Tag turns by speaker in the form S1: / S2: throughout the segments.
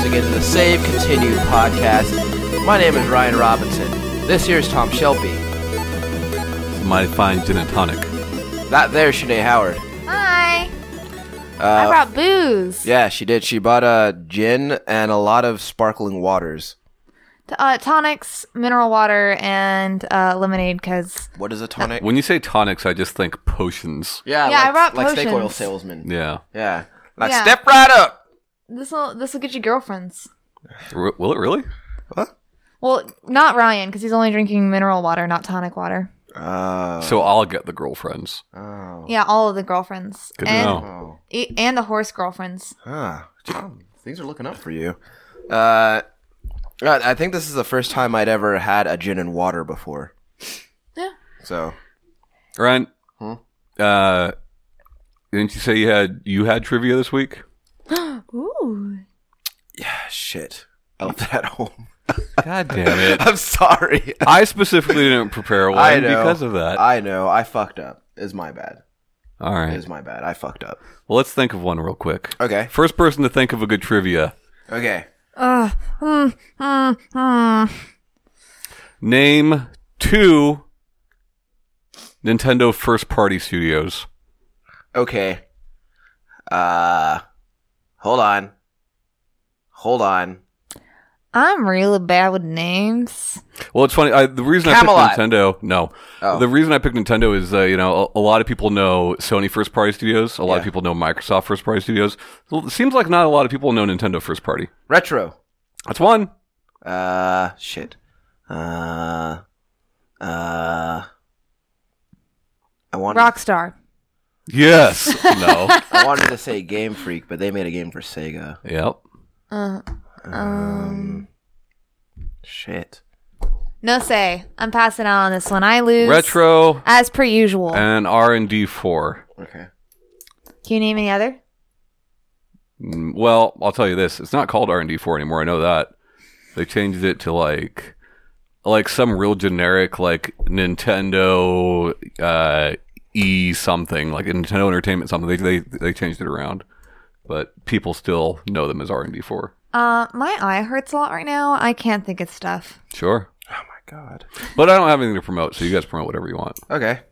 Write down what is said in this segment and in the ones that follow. S1: Save Continued podcast. My name is Ryan Robinson. This here is Tom Shelby.
S2: My fine gin and tonic.
S1: That there, Shanae Howard.
S3: Hi. I
S1: Uh,
S3: brought booze.
S1: yeah, she did. She bought a gin and a lot of sparkling waters.
S3: T- Uh, tonics, mineral water, and uh, lemonade because
S1: What is a tonic?
S2: When you say tonics, I just think potions.
S3: Yeah, I
S1: like,
S3: brought
S1: like snake oil
S3: potions.
S1: salesman.
S2: Yeah.
S1: Yeah, like
S3: Yeah.
S1: step right up.
S3: this will this will get you girlfriends.
S2: R- will it really?
S3: Well, not Ryan because he's only drinking mineral water, not tonic water.
S1: Uh,
S2: so I'll get the girlfriends.
S1: oh,
S3: Yeah, all of the girlfriends
S2: Good to
S3: and
S2: know.
S1: oh,
S3: e- and the horse girlfriends.
S1: ah, Tom, things are looking up for you. Uh, God, I think this is the first time I'd ever had a gin and water before.
S3: Yeah.
S1: So
S2: Ryan,
S1: Huh?
S2: uh, didn't you say you had you had trivia this week?
S3: Ooh.
S1: yeah, shit. I left it at home.
S2: God damn it!
S1: I'm sorry.
S2: I specifically didn't prepare one
S1: I know.
S2: because of that.
S1: I know. I fucked up. It's my bad.
S2: All right.
S1: It's my bad. I fucked up.
S2: Well, let's think of one real quick.
S1: Okay.
S2: First person to think of a good trivia.
S1: Okay.
S3: Ugh. Mm, mm, mm.
S2: Name two Nintendo first party studios.
S1: Okay. Uh, hold on. Hold on.
S3: I'm really bad with names.
S2: Well, it's funny. I, the reason I
S1: Camelot.
S2: picked Nintendo, no,
S1: Oh.
S2: the reason I picked Nintendo is uh, you know a, a lot of people know Sony first party studios. A lot of
S1: Yeah.
S2: people know Microsoft first party studios. Well, It seems like not a lot of people know Nintendo first party.
S1: Retro.
S2: That's one.
S1: Uh, shit. Uh, uh. I wanted,
S3: Rockstar.
S2: Yes. no.
S1: I wanted to say Game Freak, but they made a game for Sega.
S2: Yep.
S3: Uh,
S1: Um, shit.
S3: no say. I'm passing out on this one. I lose.
S2: Retro Uh,
S3: As per usual.
S2: and R and D four.
S1: Okay.
S3: Can you name any other?
S2: Mm, Well, I'll tell you this: it's not called R and D four anymore. I know that they changed it to like, like some real generic like Nintendo uh, E something, like Nintendo Entertainment something. They they they changed it around, but people still know them as R and D four.
S3: Uh, my eye hurts a lot right now. I can't think of stuff.
S2: Sure,
S1: Oh my god.
S2: but I don't have anything to promote, so you guys promote whatever you want.
S1: Okay.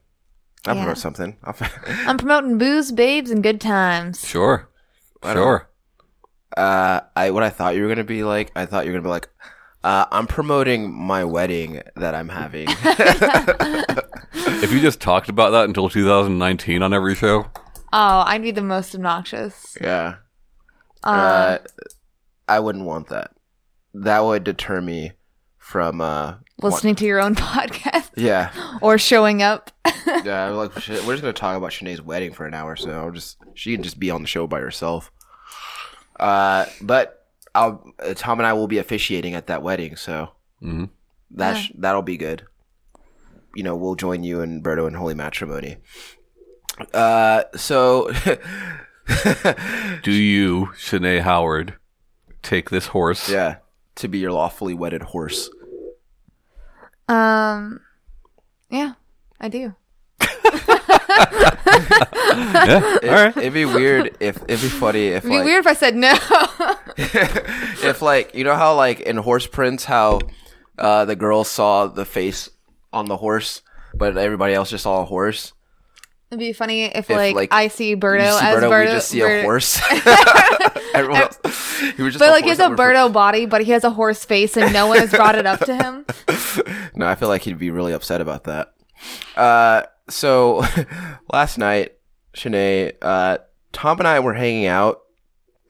S1: I'll
S3: Yeah.
S1: promote something. I'll f-
S3: I'm promoting booze, babes, and good times.
S2: Sure, sure.
S1: uh, I what I thought you were gonna be like. I thought you were gonna be like. Uh, I'm promoting my wedding that I'm having.
S2: If you just talked about that until 2019 on every show,
S3: Oh, I'd be the most obnoxious.
S1: yeah.
S3: Uh,
S1: Uh, I wouldn't want that. That would deter me from uh
S3: listening to your own podcast
S1: wa- yeah.
S3: or showing up.
S1: Yeah, I'm like "Shit, we're just gonna talk about Shanae's wedding for an hour, so I'll just she can just be on the show by herself. Uh, but I'll uh, Tom and I will be officiating at that wedding, so
S2: Mhm.
S1: that
S3: Yeah.
S1: sh- that'll be good. You know, we'll join you and Berto in holy matrimony. Uh, so
S2: do you, Shanae Howard, take this horse?
S1: yeah, to be your lawfully wedded horse.
S3: Um, yeah, I do.
S2: Yeah.
S1: It,
S2: All right.
S1: It'd be weird if it'd be funny if
S3: It'd be
S1: like,
S3: weird if I said no.
S1: if like you know how like in horse prints how uh the girl saw the face on the horse but everybody else just saw a horse
S3: It'd be funny if,
S1: If,
S3: like,
S1: like,
S3: I see
S1: You
S3: Birdo
S1: see
S3: as
S1: Birdo,
S3: Birdo.
S1: we just see
S3: Birdo-
S1: a horse Everyone else- he was just
S3: But like he
S1: horse
S3: has a
S1: that we're-
S3: Birdo body, but he has a horse face, and no one has brought it up to him.
S1: no i feel like he'd be really upset about that uh so last night Shanae, uh tom and i were hanging out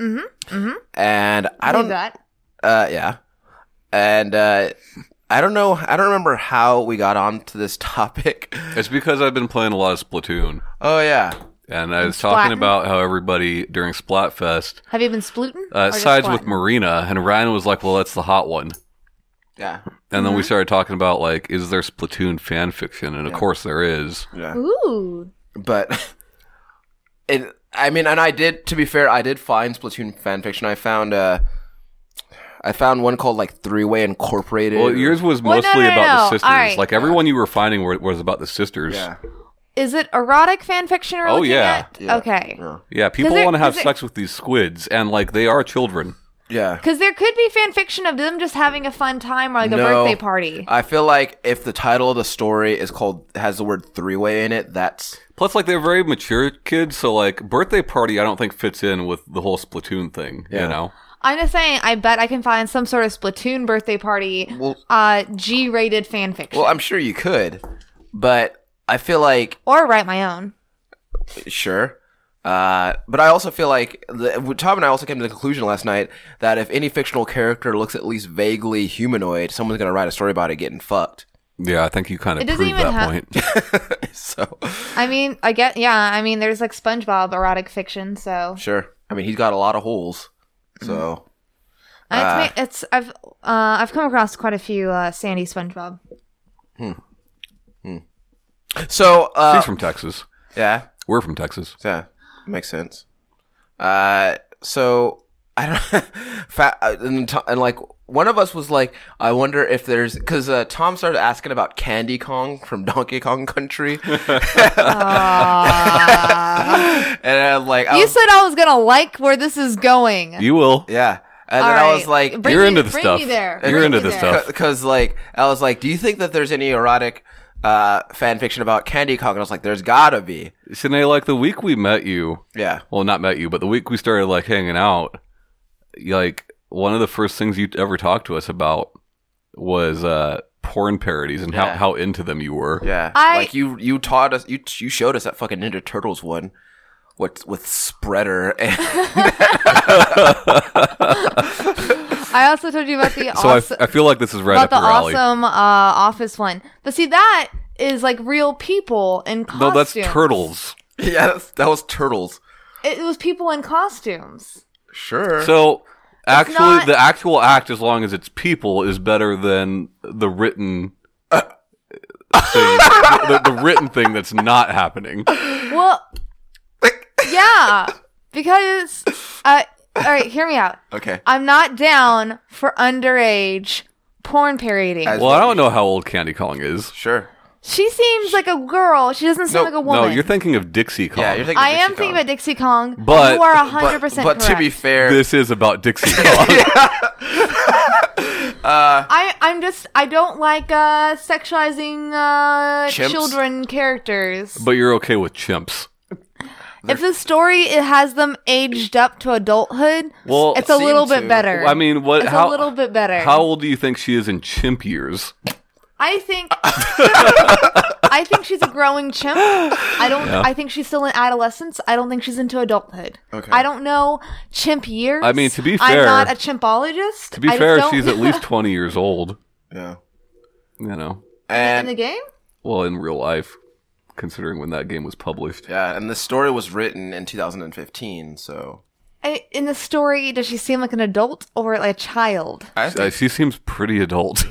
S3: Mhm, mhm.
S1: and i don't
S3: do that.
S1: Uh, yeah. And uh, I don't know. I don't remember how we got on to this topic.
S2: It's because I've been playing a lot of Splatoon,
S1: Oh yeah,
S2: and I was
S3: Splatin'?
S2: talking about how everybody during Splatfest
S3: Have you been splooting?
S2: uh,
S3: Or just
S2: sides with
S3: squatting?
S2: Marina, and Ryan was like, "Well, that's the hot one."
S1: yeah,
S2: And then we
S3: Mm-hmm.
S2: started talking about like, is there Splatoon fan fiction? And
S1: Yeah.
S2: of course there is.
S1: yeah.
S3: Ooh.
S1: But it. I mean, and I did. To be fair, I did find Splatoon fanfiction. I found. Uh, I found one called like Three Way Incorporated.
S2: Well,
S1: or-
S2: yours was
S3: Well, no,
S2: mostly
S3: no,
S2: about
S3: no.
S2: the sisters.
S3: All right.
S2: Like everyone you were finding were, was about the sisters.
S1: Yeah.
S3: Is it erotic fan fiction? We're
S2: Oh,
S3: looking
S2: yeah.
S3: at?
S1: Yeah.
S3: Okay.
S1: yeah.
S2: Yeah, people
S3: there-
S2: want to have
S3: is there-
S2: sex with these squids, and like they are children.
S1: Yeah.
S3: Because there could be fan fiction of them just having a fun time or like a
S1: No.
S3: birthday party.
S1: I feel like if the title of the story is called has the word three way in it, that's
S2: Plus, like they're very mature kids, so like birthday party, I don't think fits in with the whole Splatoon thing. You
S1: Yeah.
S2: know,
S3: I'm just saying, I bet I can find some sort of Splatoon birthday party,
S1: Well-
S3: uh, G-rated fan fiction,
S1: well, I'm sure you could, but I feel like
S3: or write my own.
S1: Sure. Uh, but I also feel like the, Tom and I also came to the conclusion last night that if any fictional character looks at least vaguely humanoid, someone's going to write a story about it getting fucked.
S2: yeah, I think you kind
S3: It
S2: of
S3: doesn't
S2: proved
S3: even
S2: that
S3: have-
S2: point.
S1: so,
S3: I mean, I get, yeah. I mean, there's like SpongeBob erotic fiction, so
S1: sure. I mean, he's got a lot of holes. So,
S2: Ah.
S3: I- it's, ma- it's I've uh, I've come across quite a few uh, Sandy SpongeBob.
S1: so, uh,
S2: She's from Texas.
S1: yeah,
S2: We're from Texas.
S1: yeah, makes sense. Uh, so I don't, fa- uh, and, to- and like one of us was like, I wonder if there's because uh, Tom started asking about Candy Kong from Donkey Kong Country.
S3: Aw.
S1: and I'm like, I
S3: Uh, you
S1: was,
S3: said I was gonna like where this is going.
S2: You will.
S1: yeah. And
S3: All
S1: then I
S3: right.
S1: was like,
S3: Bring
S2: You're
S3: me-
S2: into the
S3: bring
S2: stuff.
S3: Me there.
S2: You're
S3: Bring
S2: into
S3: me
S2: the
S3: there.
S2: stuff.
S1: because like I was like, do you think that there's any erotic uh, fan fiction about Candy Kong? And I was like, there's gotta be.
S2: Sinead, like the week we met you,
S1: Yeah.
S2: well, not met you, but the week we started like hanging out, you- like one of the first things you ever talked to us about was uh porn parodies and how,
S1: Yeah.
S2: how into them you were.
S1: Yeah.
S3: I-
S1: like you, you taught us, you you showed us that fucking Ninja Turtles one. With, with spreader and
S3: I also told you about the
S2: So
S3: awesome,
S2: I, I feel like this is right
S3: about
S2: up
S3: the
S2: your alley.
S3: awesome uh, office one. But see, that is like real people in
S2: No,
S3: costumes.
S2: that's turtles.
S1: yeah, that's, that was turtles.
S3: It was people in costumes.
S1: Sure.
S2: So actually,
S3: not-
S2: the actual act, as long as it's people, is better than the written. Thing, the, the written thing that's not happening.
S3: Well, yeah, because uh, all right, hear me out.
S1: okay.
S3: I'm not down for underage porn parading.
S1: As-
S2: Well, I don't know how old Candy Kong is.
S1: Sure.
S3: she seems like a girl. She doesn't seem
S1: No,
S3: like a woman.
S2: No, you're thinking of Dixie Kong.
S1: Yeah, you're thinking.
S3: I
S1: of
S3: am
S1: Dixie
S3: thinking
S1: Kong.
S3: about Dixie Kong.
S2: But-
S3: you are 100 percent
S1: But, but to be fair,
S2: this is about Dixie Kong.
S3: I I'm just I don't like uh sexualizing uh
S1: Chimps?
S3: children characters.
S2: but you're okay with chimps.
S3: if the story it has them aged up to adulthood,
S2: Well,
S3: it's a
S1: seem
S3: little
S1: to.
S3: bit better.
S2: I mean, what?
S3: it's
S2: how,
S3: a little bit better.
S2: How old do you think she is in chimp years?
S3: I think I think she's a growing chimp. I don't I think she's still in adolescence. I don't think she's into adulthood.
S1: Okay.
S3: I don't know chimp years.
S2: I mean, to be
S3: I'm
S2: fair-
S3: not a chimpologist.
S2: To be fair, she's at least 20 years old.
S1: yeah.
S2: You know,
S3: in
S1: And
S3: the game?
S2: well, in real life, considering when that game was published.
S1: yeah, and the story was written in 2015. So
S3: I, in the story, does she seem like an adult or like a child?
S1: I
S2: Uh, she seems pretty adult.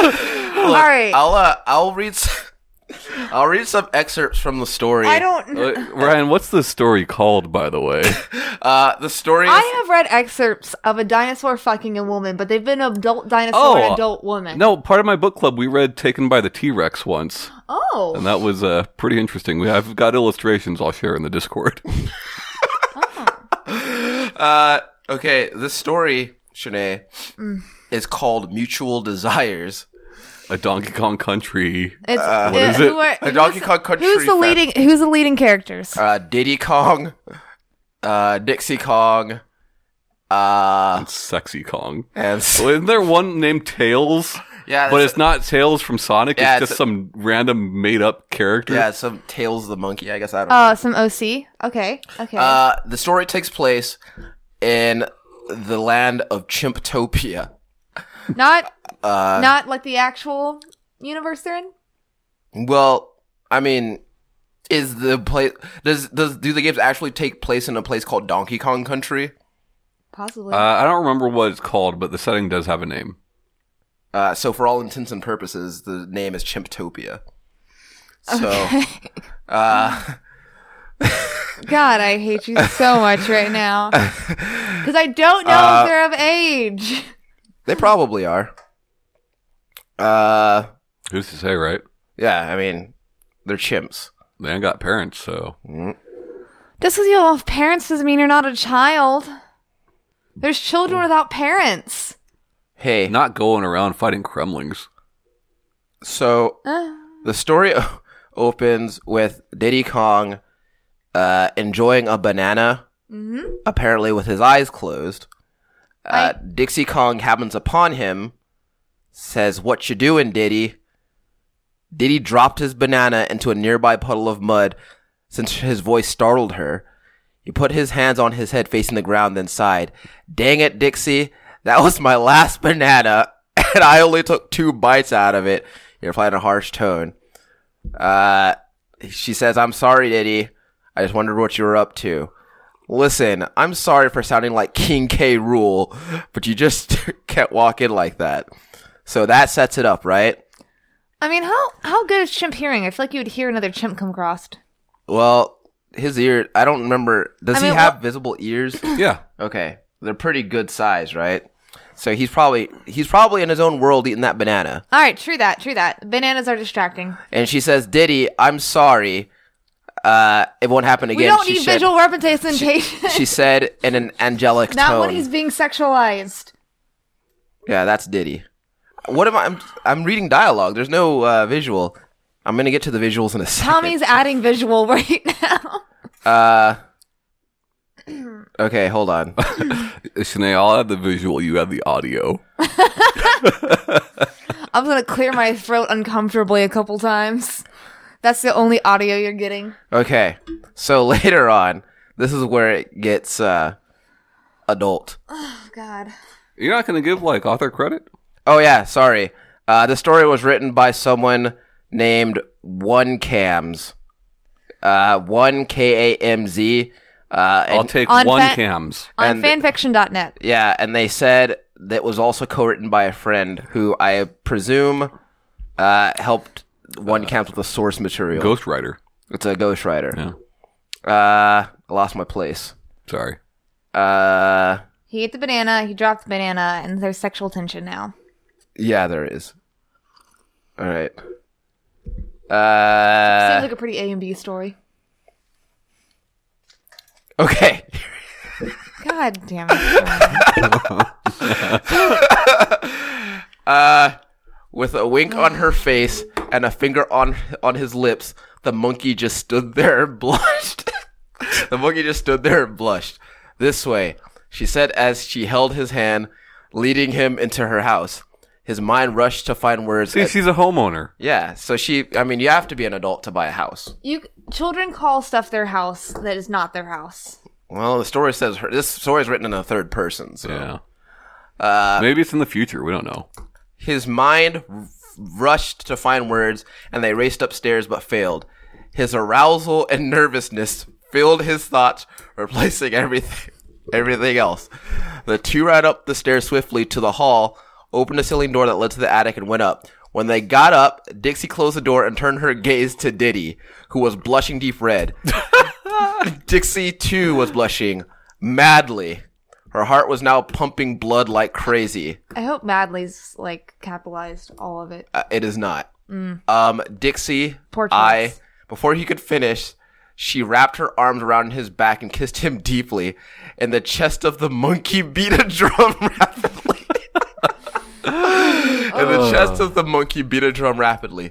S3: All right.
S1: I'll uh, I'll read s- I'll read some excerpts from the story.
S3: I don't.
S2: Uh, Ryan, what's the story called, by the way?
S1: Uh, the story. Is,
S3: I have read excerpts of a dinosaur fucking a woman, but they've been adult dinosaur
S2: Oh,
S3: and adult woman.
S2: No, part of my book club, we read Taken by the T Rex once,
S3: Oh.
S2: and that was uh, pretty interesting. We I've got illustrations I'll share in the Discord.
S1: uh, okay, the story, Shanae,
S3: Mm.
S1: is called Mutual Desires.
S2: A Donkey Kong Country.
S1: Uh,
S3: It's, uh,
S2: what is it?
S3: Who are,
S1: A Donkey
S3: who's-
S1: Kong Country.
S3: Who's the
S1: fan-
S3: leading? Who's the leading characters?
S1: Uh, Diddy Kong, uh, Dixie Kong, uh,
S2: Sexy Kong.
S1: and
S2: Well, Isn't there one named Tails?
S1: yeah,
S2: But
S1: that's-
S2: it's not Tails from Sonic.
S1: Yeah,
S2: it's
S1: it's
S2: just
S1: a-
S2: some random made up character.
S1: yeah, some Tails the monkey. I guess I don't.
S3: Oh, some OC. Okay. Okay.
S1: know. Uh, the story takes place in the land of Chimptopia.
S3: not
S1: Uh,
S3: not like the actual universe they're in.
S1: Well, I mean, is the place does does do the games actually take place in a place called Donkey Kong Country?
S3: Possibly.
S2: Uh, I don't remember what it's called, but the setting does have a name.
S1: Uh, so for all intents and purposes, the name is Chimptopia. So, uh,
S3: God, I hate you so much right now because I don't know
S1: Uh,
S3: if they're of age.
S1: they probably are. Uh,
S2: Who's to say, right?
S1: yeah, I mean, they're chimps.
S2: They ain't got parents, so.
S3: Just because you don't have parents doesn't mean you're not a child. There's children without parents.
S1: Hey,
S2: Not going around fighting Kremlings.
S1: so
S3: Uh,
S1: the story o- opens with Diddy Kong uh, enjoying a banana, apparently with his eyes closed. Uh, Dixie Kong happens upon him, says, "What you doing, Diddy?" Diddy dropped his banana into a nearby puddle of mud, since his voice startled her. He put his hands on his head, facing the ground, then sighed. "Dang it, Dixie! That was my last banana, and I only took two bites out of it." He replied in a harsh tone. Uh, she says, "I'm sorry, Diddy. I just wondered what you were up to." Listen, I'm sorry for sounding like King K. Rule, but you just can't walk in like that. So that sets it up, right?
S3: I mean, how how good is chimp hearing? I feel like you would hear another chimp come across.
S1: Well, his ear, I don't remember. Does
S3: I
S1: he
S3: mean,
S1: have visible ears?
S2: Yeah.
S1: okay. They're pretty good size, right? So he's probably he's probably in his own world eating that banana.
S3: All right, true that, true that. Bananas are distracting.
S1: And she says, "Diddy, I'm sorry. Uh, it won't happen again."
S3: we don't
S1: she
S3: need
S1: said,
S3: visual representation.
S1: She said in an angelic
S3: Not
S1: tone.
S3: when he's being sexualized.
S1: Yeah, that's Diddy. What am I? I'm, I'm reading dialogue. There's no uh, visual. I'm gonna get to the visuals in a second.
S3: Tommy's adding visual right now.
S1: Uh, okay, hold on.
S2: Shanae, I'll have the visual, you have the audio.
S3: I'm gonna clear my throat uncomfortably a couple times. That's the only audio you're getting.
S1: Okay, so later on, this is where it gets uh, adult.
S3: Oh God.
S2: You're not going to give like author credit?
S1: Oh yeah, sorry. Uh, the story was written by someone named One Cams. Uh, one K A M Z. Uh, and-
S2: I'll take
S3: on
S2: one
S3: fa-
S2: cams.
S3: On
S1: And-
S3: fanfiction.net.
S1: Yeah, and they said that was also co-written by a friend who I presume uh, helped one camp with the source material.
S2: Ghostwriter.
S1: it's a ghostwriter. Uh, I lost my place.
S2: Sorry.
S1: Uh,
S3: He ate the banana, he dropped the banana, and there's sexual tension now.
S1: yeah, there is. All right.
S3: Seems
S1: Uh,
S3: like a pretty A and B story.
S1: okay.
S3: God damn it.
S1: With a wink on her face and a finger on on his lips, the monkey just stood there and blushed. the monkey just stood there and blushed. This way, she said as she held his hand, leading him into her house. His mind rushed to find words.
S2: See,
S1: at-
S2: she's a homeowner.
S1: yeah, so she. I mean, you have to be an adult to buy a house.
S3: you children call stuff their house that is not their house.
S1: Well, the story says her. This story is written in the third person. So.
S2: Yeah.
S1: Uh,
S2: Maybe it's in the future. We don't know.
S1: His mind r- rushed to find words, and they raced upstairs but failed. His arousal and nervousness filled his thoughts, replacing everything everything else. The two ran up the stairs swiftly to the hall, opened a ceiling door that led to the attic, and went up. When they got up, Dixie closed the door and turned her gaze to Diddy, who was blushing deep red. Dixie too was blushing madly. Her heart was now pumping blood like crazy.
S3: I hope Madley's like capitalized all of it.
S1: Uh, it is not. Um, Dixie,
S3: Mm. Poor
S1: I,
S3: choice.
S1: before he could finish, she wrapped her arms around his back and kissed him deeply, and the chest of the monkey beat a drum rapidly. and the chest of the monkey beat a drum rapidly.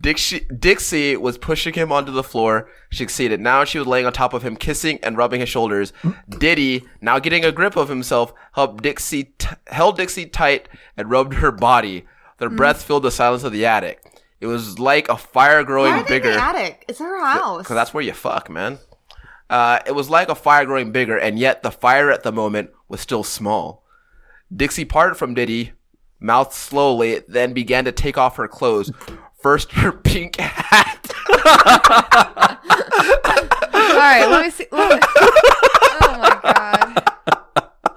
S1: Dixie, Dixie was pushing him onto the floor. She succeeded. Now she was laying on top of him, kissing and rubbing his shoulders. Diddy, now getting a grip of himself, helped Dixie, t- held Dixie tight and rubbed her body.
S3: Mm.
S1: Their breath filled the silence of the attic. It was like a fire growing
S3: Why are they in
S1: bigger.
S3: the attic? It's her house.
S1: Because that's where you fuck, man. Uh, it was like a fire growing bigger, and yet the fire at the moment was still small. Dixie parted from Diddy, mouthed slowly, then began to take off her clothes. First, her pink hat.
S3: All right, let me see. Let me- oh my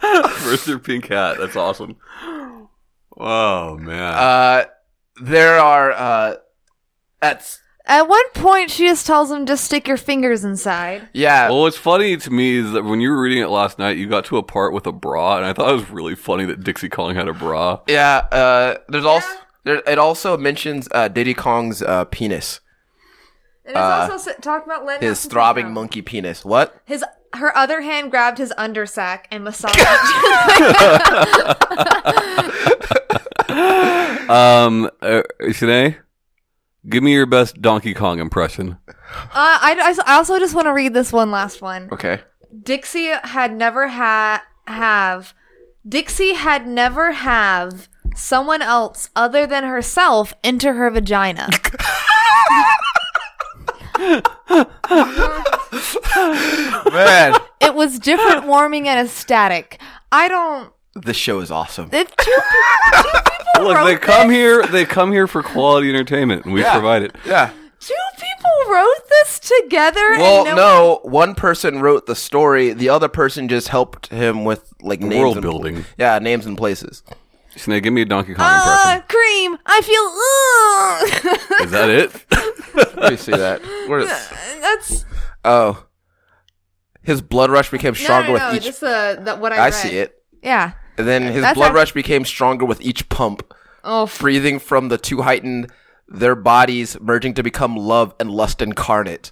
S3: god.
S2: First, your pink hat. That's awesome. Oh, man.
S1: Uh, there are. Uh, that's
S3: At one point, she just tells him, "Just stick your fingers inside."
S1: yeah.
S2: well, what's funny to me is that when you were reading it last night, you got to a part with a bra, and I thought it was really funny that Dixie Kong had a bra.
S1: Yeah, uh, there's also there, it also mentions uh, Diddy Kong's uh, penis.
S3: It is also s- talk about Len.
S1: His
S3: Massimino.
S1: throbbing monkey penis. What?
S3: His her other hand grabbed his undersack and massaged. it.
S2: Um, uh, Shanae, give me your best Donkey Kong impression.
S3: uh, I, I s- I also just want to read this one last one.
S1: Okay.
S3: Dixie had never had have Dixie had never have someone else other than herself into her vagina.
S1: Man,
S3: it was different, warming, and ecstatic. I don't.
S1: this show is awesome.
S3: If two, pe- two people
S2: Look,
S3: wrote
S2: they
S3: thi-
S2: come here. They come here for quality entertainment, and we
S1: Yeah.
S2: provide it.
S1: Yeah.
S3: two people wrote this together.
S1: Well,
S3: and
S1: no, one person wrote the story. The other person just helped him with like names
S2: world
S1: and pla-
S2: building.
S1: yeah, names and places.
S2: Shanae, give me a Donkey Kong
S3: Uh,
S2: impression.
S3: cream. I feel. Ugh.
S1: Uh.
S2: Is that it?
S1: Let me see that. Where is?
S3: That's
S1: Oh, his blood rush became
S3: no,
S1: stronger
S3: no, no.
S1: with each.
S3: Just the, the what I,
S1: I
S3: read.
S1: see it.
S3: Yeah.
S1: And then his
S3: That's
S1: blood
S3: how-
S1: rush became stronger with each pump.
S3: Oh, f-
S1: breathing from the two heightened, their bodies merging to become love and lust incarnate.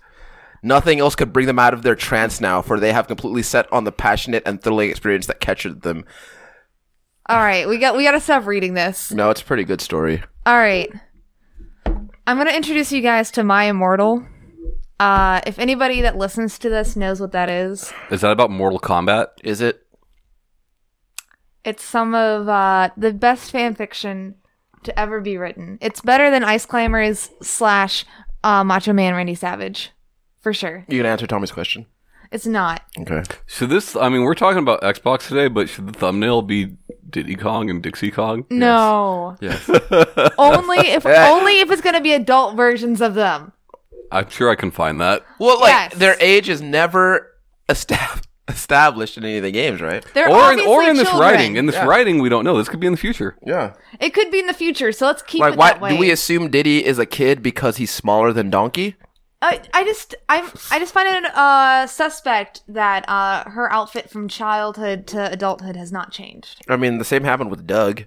S1: Nothing else could bring them out of their trance now, for they have completely set on the passionate and thrilling experience that captured them.
S3: all right. We got we got to stop reading this.
S1: No, it's a pretty good story.
S3: All right. I'm going to introduce you guys to My Immortal. Uh, if anybody that listens to this knows what that is,
S2: Is that about Mortal Kombat?
S1: Is it?
S3: it's some of uh, the best fan fiction to ever be written. It's better than Ice Climbers slash uh, Macho Man Randy Savage, for sure.
S1: You can answer Tommy's question.
S3: It's not.
S1: Okay.
S2: Should this? I mean, we're talking about Xbox today, but should the thumbnail be Diddy Kong and Dixie Kong?
S3: No.
S1: Yes.
S3: only if
S1: Yeah.
S3: only if it's going to be adult versions of them.
S2: I'm sure I can find that.
S1: Well, like
S3: Yes.
S1: their age is never estab- established in any of the games, right?
S3: They're
S2: Or in,
S3: obviously
S2: or in this
S3: children.
S2: writing. In this
S1: Yeah.
S2: writing, we don't know. This could be in the future.
S1: Yeah.
S3: it could be in the future, so let's keep
S1: Like,
S3: it that
S1: why
S3: way.
S1: do we assume Diddy is a kid because he's smaller than Donkey?
S3: I, I just I I just find it uh suspect that uh her outfit from childhood to adulthood has not changed.
S1: I mean, the same happened with Doug.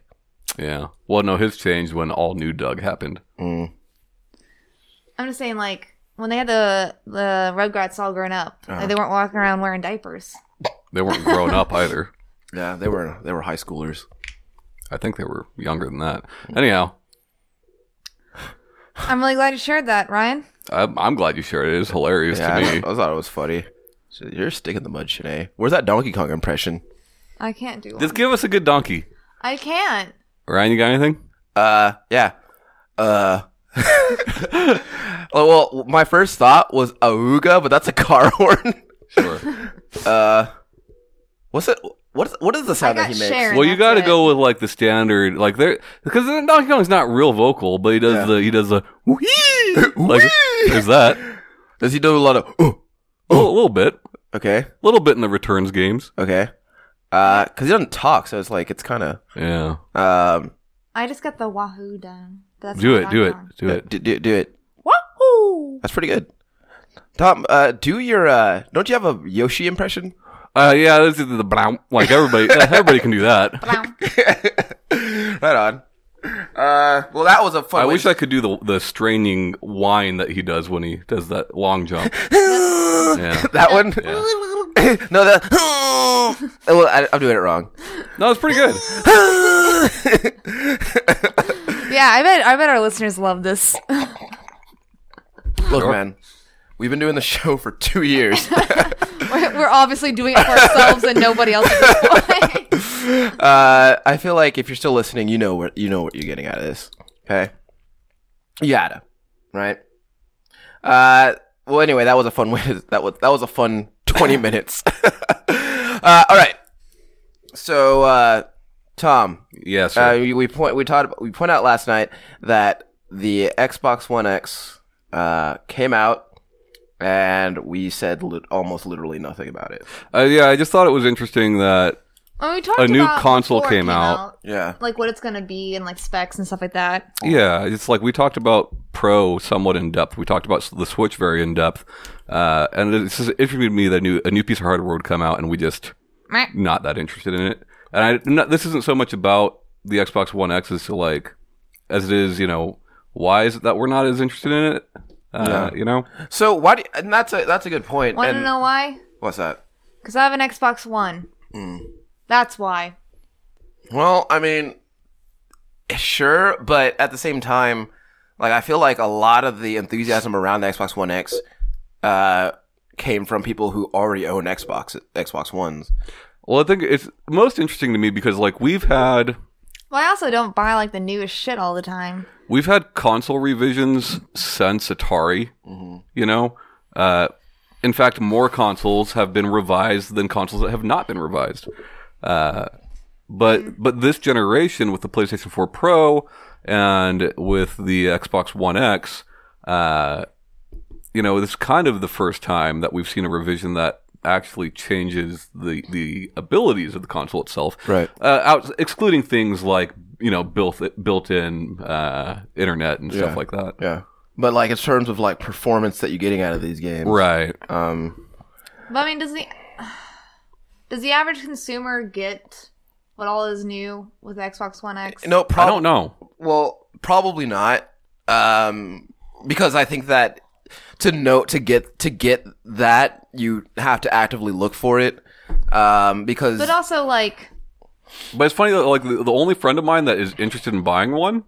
S2: Yeah. Well, no, his changed when all new Doug happened.
S3: I'm just saying like when they had the the Rugrats all grown up,
S2: Uh-huh.
S3: like, they weren't walking around wearing diapers.
S2: They weren't grown up either.
S1: Yeah, they were they were high schoolers.
S2: I think they were younger than that. Anyhow,
S3: I'm really glad you shared that, Ryan.
S2: I'm, I'm glad you shared it. It was hilarious
S1: Yeah, I,
S2: to me.
S1: thought- I thought it was funny. So you're sticking the mud, Shanae. Where's that Donkey Kong impression?
S3: I can't do
S2: Just
S3: one.
S2: give us a good donkey.
S3: I can't.
S2: Ryan, you got anything?
S1: Uh, yeah. Uh. well, well, my first thought was Auga, but that's a car horn.
S2: Sure.
S1: Uh, what's it? What's what is the sound
S3: I
S1: that
S3: got
S1: he makes?
S3: Sharon,
S2: well, you
S3: that's
S2: got to
S3: it.
S2: go with like the standard, like there, because Donkey Kong's not real vocal, but he does
S1: Yeah.
S2: the he does the
S1: Whee!
S2: like there's that
S1: Does he do a lot of? "Ooh"?
S2: a little, little bit,
S1: Okay,
S2: little bit in the returns games.
S1: okay. Uh, because he doesn't talk, so it's like it's kind of
S2: Yeah,
S1: um.
S3: I just got the wahoo done. but that's
S2: do
S3: not
S2: it, do it,
S3: Donkey
S2: do
S3: Kong.
S2: it.
S1: Do, do, do it.
S3: Wahoo!
S1: That's pretty good. Tom, uh, do your uh, don't you have a Yoshi impression?
S2: Uh, yeah, this is the brown. Like everybody, everybody can do that.
S3: Blam.
S1: right on. Uh, well, that was a fun.
S2: I
S1: way
S2: wish
S1: to-
S2: I could do the the straining whine that he does when he does that long jump. Yeah,
S1: that one.
S2: yeah.
S1: no, that. well, I, I'm doing it wrong.
S2: No, it's pretty good.
S3: yeah, I bet I bet our listeners love this.
S1: Look, man, we've been doing the show for two years.
S3: We're we're obviously doing it for ourselves and nobody else. at this point.
S1: uh, I feel like if you're still listening, you know what you know what you're getting out of this. Okay, you gotta, right? Uh, well, anyway, that was a fun way. To, that was that was a fun 20 minutes. uh, all right. So, uh, Tom,
S2: Yeah, sure.
S1: uh, we, we point we taught we point out last night that the Xbox One X uh, came out, and we said lit almost literally nothing about it.
S2: Uh, yeah, I just thought it was interesting that
S3: When we talked
S2: A new
S3: about
S2: console
S3: before it
S2: came out.
S1: Yeah.
S3: like what it's gonna be and like specs and stuff like that.
S2: Yeah, it's like we talked about Pro somewhat in depth. We talked about the Switch very in depth, uh, and it's just interesting to me that a new, a new piece of hardware would come out, and we just
S3: Meh.
S2: not that interested in it. And I, not, this isn't so much about the Xbox One X as to like as it is, you know, why is it that we're not as interested in it? Uh, You know,
S1: So why? Do, and that's a that's a good point.
S3: Want to
S1: and
S3: know why?
S1: what's that?
S3: Because I have an Xbox One.
S1: Hmm.
S3: That's why.
S1: Well, I mean, sure, but at the same time, like I feel like a lot of the enthusiasm around the Xbox One X uh, came from people who already own Xbox Xbox Ones.
S2: well, I think it's most interesting to me because like we've had
S3: Well, I also don't buy like the newest shit all the time.
S2: we've had console revisions since Atari. You know, uh, in fact, more consoles have been revised than consoles that have not been revised. Uh, but but this generation with the PlayStation 4 Pro and with the Xbox One X, uh, you know, this is kind of the first time that we've seen a revision that actually changes the the abilities of the console itself.
S1: Right.
S2: Uh, out, excluding things like you know built built-in uh, internet and stuff
S1: Yeah.
S2: like that.
S1: Yeah, but like in terms of like performance that you're getting out of these games,
S2: Right.
S1: Um,
S3: But I mean, does the does the average consumer get what all is new with Xbox One X?
S1: no,
S2: I
S1: probably
S2: don't know.
S1: Well, probably not. Um, because I think that to know to get to get that you have to actively look for it. Um, because
S3: But also, like,
S2: But it's funny that like the, the only friend of mine that is interested in buying one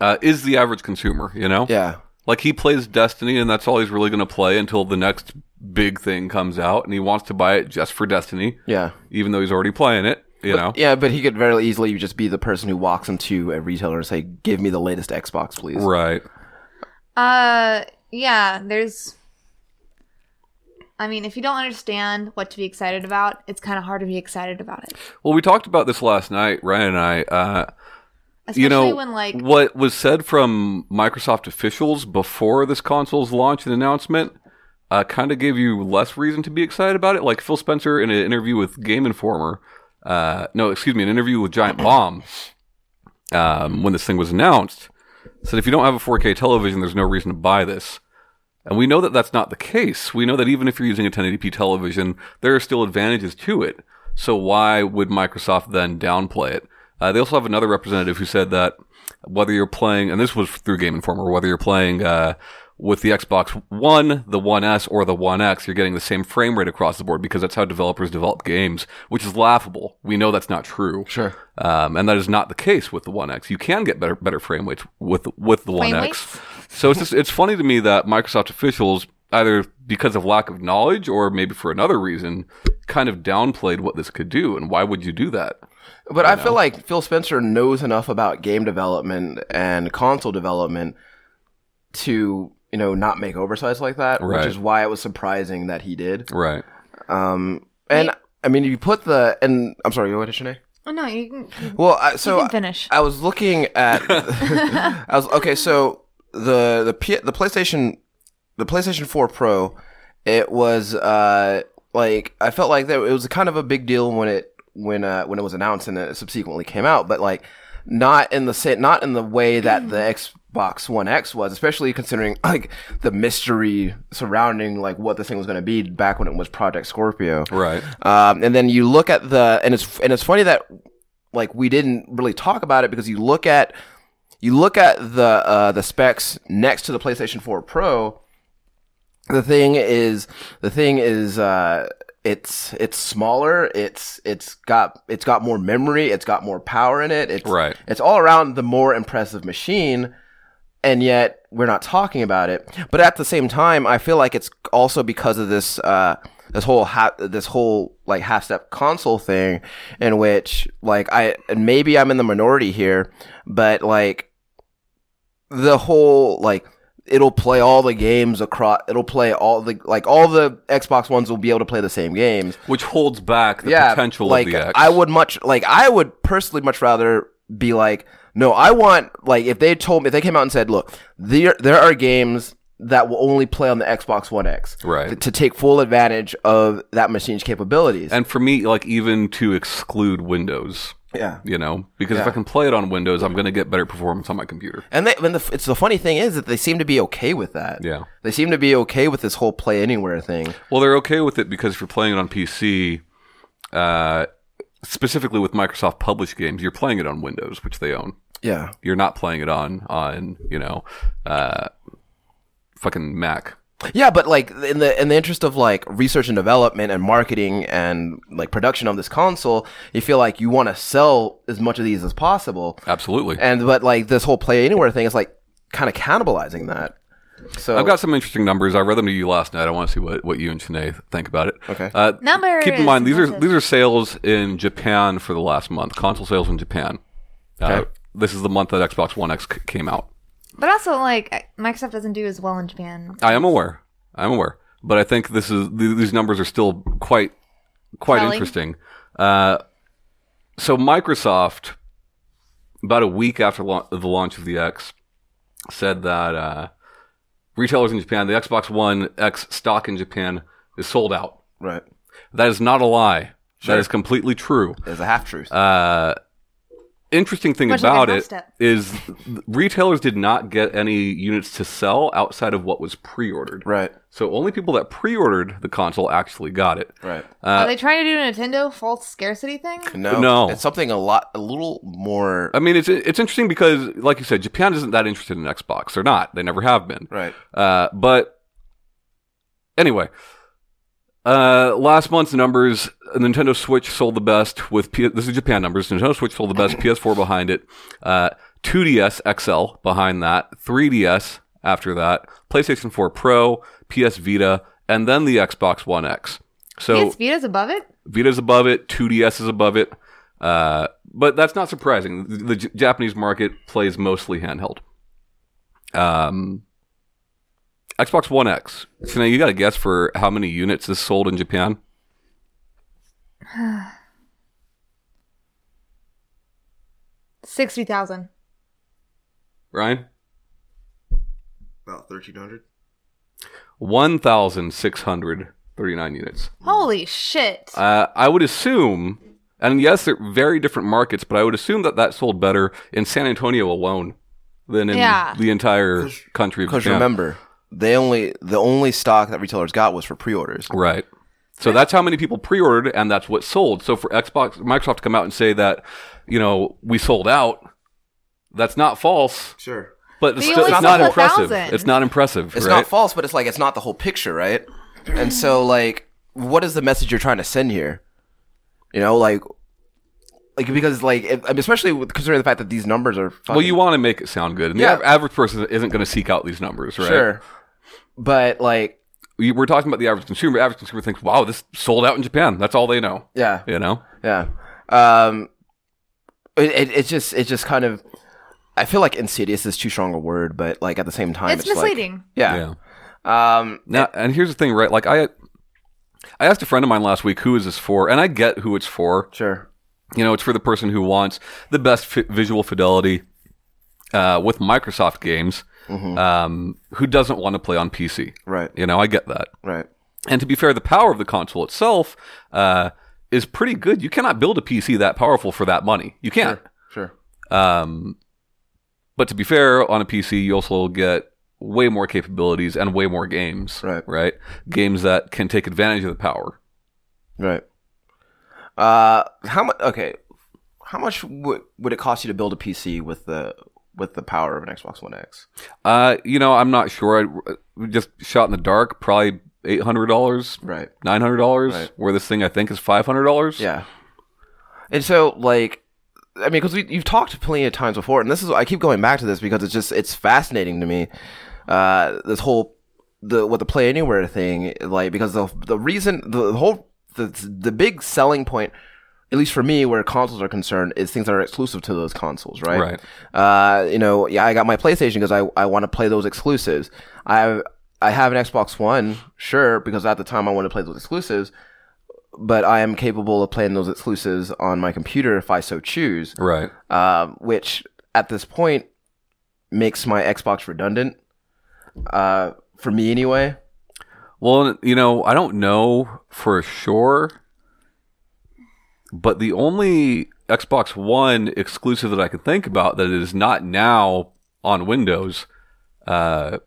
S2: uh, is the average consumer. You know,
S1: yeah,
S2: like he plays Destiny, and that's all he's really going to play until the next big thing comes out, and he wants to buy it just for Destiny,
S1: yeah,
S2: even though he's already playing it. You know,
S1: yeah. But he could very easily just be the person who walks into a retailer and say, "Give me the latest Xbox, please."
S2: right?
S3: uh, yeah, there's. I mean, if you don't understand what to be excited about, it's kind of hard to be excited about it.
S2: Well, we talked about this last night, Ryan and I. Uh,
S3: Especially
S2: you know
S3: when, like,
S2: what was said from Microsoft officials before this console's launch and announcement uh, kind of gave you less reason to be excited about it. Like Phil Spencer in an interview with Game Informer, uh, no, excuse me, an interview with Giant Bomb um, when this thing was announced, said if you don't have a 4K television, there's no reason to buy this. And we know that that's not the case. We know that even if you're using a 1080p television, there are still advantages to it. So why would Microsoft then downplay it? Uh, they also have another representative who said that whether you're playing, and this was through Game Informer, whether you're playing uh, with the Xbox One, the One S, or the One X, you're getting the same frame rate across the board because that's how developers develop games, which is laughable. We know that's not true.
S1: Sure.
S2: Um, and that is not the case with the One X. You can get better better frame rates with with the One X. So it's just, it's funny to me that Microsoft officials either because of lack of knowledge or maybe for another reason kind of downplayed what this could do and why would you do that?
S1: But I feel like Phil Spencer knows enough about game development and console development to you know not make oversights like that,
S2: Right.
S1: which is why it was surprising that he did.
S2: Right.
S1: Um, and
S3: Wait.
S1: I mean, you put the and I'm sorry, what did you say?
S3: oh no, you can, you
S1: Well, I, so
S3: can finish.
S1: I was looking at. I was okay. So the the P, the PlayStation the PlayStation Four Pro, it was uh like I felt like that it was kind of a big deal when it when uh when it was announced and it subsequently came out, but like not in the sa- not in the way that the Xbox One X was, especially considering like the mystery surrounding like what this thing was going to be back when it was Project Scorpio.
S2: Right.
S1: Um, and then you look at the and it's and it's funny that like we didn't really talk about it because you look at you look at the uh, the specs next to the PlayStation 4 Pro. The thing is the thing is uh, it's it's smaller. It's it's got it's got more memory. It's got more power in it. It's
S2: Right.
S1: It's all around the more impressive machine and yet we're not talking about it. But at the same time, I feel like it's also because of this uh, this whole ha- this whole like half step console thing, in which like I and maybe I'm in the minority here, but like the whole like it'll play all the games across it'll play all the like all the Xbox ones will be able to play the same games
S2: Which holds back the potential
S1: like,
S2: of the X.
S1: I would much like I would personally much rather be like, no, I want like if they told me if they came out and said, look, there there are games that will only play on the Xbox One X,
S2: Right.
S1: To, to take full advantage of that machine's capabilities.
S2: and for me like even to exclude Windows,
S1: yeah.
S2: you know, because if
S1: Yeah.
S2: I can play it on Windows, I'm going to get better performance on my computer.
S1: And they, and the, it's the funny thing is that they seem to be okay with that.
S2: Yeah.
S1: They seem to be okay with this whole play anywhere thing.
S2: Well, they're okay with it because if you're playing it on PC, uh, specifically with Microsoft published games, you're playing it on Windows, which they own.
S1: Yeah.
S2: You're not playing it on on you know uh, fucking Mac.
S1: Yeah, but like in the in the interest of like research and development and marketing and like production of this console, you feel like you want to sell as much of these as possible.
S2: Absolutely.
S1: And but like this whole play anywhere thing is like kind of cannibalizing that. So
S2: I've got some interesting numbers. I read them to you last night. I want to see what, what you and Shanae think about it.
S1: Okay.
S2: Uh,
S3: Numbers.
S2: keep in mind these are
S3: Numbers.
S2: these are sales in Japan for the last month. Console sales in Japan. Uh,
S1: Okay.
S2: this is the month that Xbox One X c- came out.
S3: But also, like Microsoft doesn't do as well in Japan.
S2: I am aware. I'm aware, but I think this is th- these numbers are still quite quite
S3: Telling.
S2: interesting. Uh, so Microsoft, about a week after la- the launch of the X, said that uh, retailers in Japan, the Xbox One X stock in Japan is sold out.
S1: right,
S2: That is not a lie. That is completely true.
S1: it's a half truth.
S2: Uh, interesting thing
S3: Much like a
S2: about
S3: half
S2: it
S3: step.
S2: is retailers did not get any units to sell outside of what was pre-ordered.
S1: right,
S2: So only people that pre-ordered the console actually got it.
S1: right.
S2: Uh,
S3: are they trying to do a Nintendo false scarcity thing?
S1: No,
S2: No. Uh,
S1: it's something a lot, a little more.
S2: I mean, it's it's interesting because, like you said, Japan isn't that interested in Xbox. They're not. They never have been.
S1: right,
S2: Uh, but anyway, uh, last month's numbers: Nintendo Switch sold the best with P- this is Japan numbers. Nintendo Switch sold the best. PS4 behind it. Uh, 2DS XL behind that. 3DS after that. PlayStation 4 Pro, PS Vita, and then the Xbox One X. So
S3: PS Vita's above it.
S2: Vita's above it. 2DS is above it. Uh, but that's not surprising. The, the J- Japanese market plays mostly handheld. Um, Xbox One X. So now you got to guess for how many units is sold in Japan.
S3: Sixty thousand.
S2: Ryan,
S1: about thirteen hundred.
S2: one thousand six hundred thirty-nine units.
S3: Holy shit!
S2: Uh, I would assume, and yes, they're very different markets, but I would assume that that sold better in San Antonio alone than in
S3: Yeah.
S2: the entire country of
S1: Because
S2: Japan.
S1: remember, they only the only stock that retailers got was for pre-orders.
S2: Right. So that's how many people pre-ordered, and that's what sold. So for Xbox, Microsoft to come out and say that, you know, we sold out, that's not false,
S1: Sure,
S2: but it's,
S3: They
S2: still,
S3: only
S2: it's not
S3: sold a
S2: impressive.
S3: thousand.
S2: It's not impressive,
S1: it's
S2: right?
S1: not false, but it's like it's not the whole picture, right? and so, like, what is the message you're trying to send here? You know, like, like because like, if, I mean, especially with, considering the fact that these numbers are fucking,
S2: well, you want to make it sound good, and
S1: Yeah.
S2: the av- average person isn't going to seek out these numbers, right?
S1: sure, but like,
S2: We- We're talking about the average consumer. Average consumer thinks, "Wow, this sold out in Japan." That's all they know.
S1: yeah,
S2: You know,
S1: yeah. Um, it, it it's just it just kind of. I feel like insidious is too strong a word, but like at the same time,
S3: it's
S1: it's, like-
S3: misleading.
S1: yeah. Um,
S2: Now, and here's the thing, right? Like I, I asked a friend of mine last week, "Who is this for?" And I get who it's for.
S1: sure.
S2: You know, it's for the person who wants the best fi- visual fidelity uh, with Microsoft games,
S1: Mm-hmm.
S2: um, who doesn't want to play on PC.
S1: Right.
S2: You know, I get that.
S1: Right.
S2: And to be fair, the power of the console itself uh, is pretty good. You cannot build a PC that powerful for that money. You can't.
S1: Sure.
S2: Um, but to be fair, on a PC, you also get way more capabilities and way more games.
S1: Right.
S2: Right. Games that can take advantage of the power.
S1: Right. Uh, how much? Okay, how much would would it cost you to build a PC with the with the power of an Xbox One X?
S2: Uh, you know, I'm not sure. I we just shot in the dark, probably eight hundred dollars,
S1: Right.
S2: nine hundred dollars.
S1: Right.
S2: Where this thing I think is five hundred dollars.
S1: Yeah. And so, like, I mean, because you've talked plenty of times before, and this is I keep going back to this because it's just it's fascinating to me. Uh, this whole the what the play anywhere thing, like, because the the reason the whole the the big selling point. At least for me, where consoles are concerned, is things that are exclusive to those consoles, right?
S2: Right.
S1: Uh, you know, yeah, I got my PlayStation because I, I want to play those exclusives. I I have an Xbox One, sure, because at the time I wanted to play those exclusives, but I am capable of playing those exclusives on my computer if I so choose.
S2: Right.
S1: Um, which at this point makes my Xbox redundant. Uh, for me anyway.
S2: Well, you know, I don't know for sure, but the only Xbox One exclusive that I can think about that is not now on Windows, uh,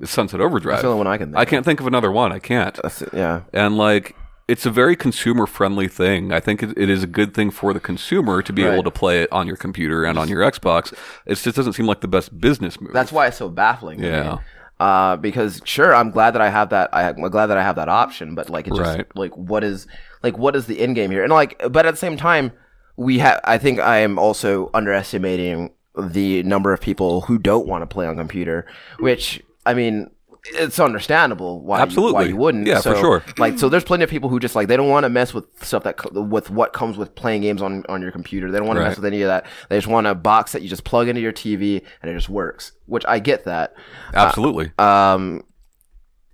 S2: is Sunset
S1: That's the
S2: Overdrive.
S1: only one I can think.
S2: I can't think of another one. I can't.
S1: That's it, yeah.
S2: and like it's a very consumer friendly thing. I think it, it is a good thing for the consumer to be
S1: Right.
S2: able to play it on your computer and on your Xbox. It just doesn't seem like the best business move.
S1: uh, That's why it's so baffling. to me.
S2: Yeah.
S1: Uh, because sure, I'm glad that I have that. I, I'm glad that I have that option. But like, it just
S2: Right.
S1: like what is like what is the end game here? And like, but at the same time, we have. I think I am also underestimating the number of people who don't want to play on computer. Which I mean, it's understandable why You, why
S2: Absolutely.
S1: you wouldn't.
S2: Yeah,
S1: so,
S2: for sure.
S1: Like, so there's plenty of people who just like they don't want to mess with stuff that co- with what comes with playing games on on your computer. They don't want to
S2: Right.
S1: mess with any of that. They just want a box that you just plug into your TV and it just works. Which I get that
S2: Absolutely.
S1: um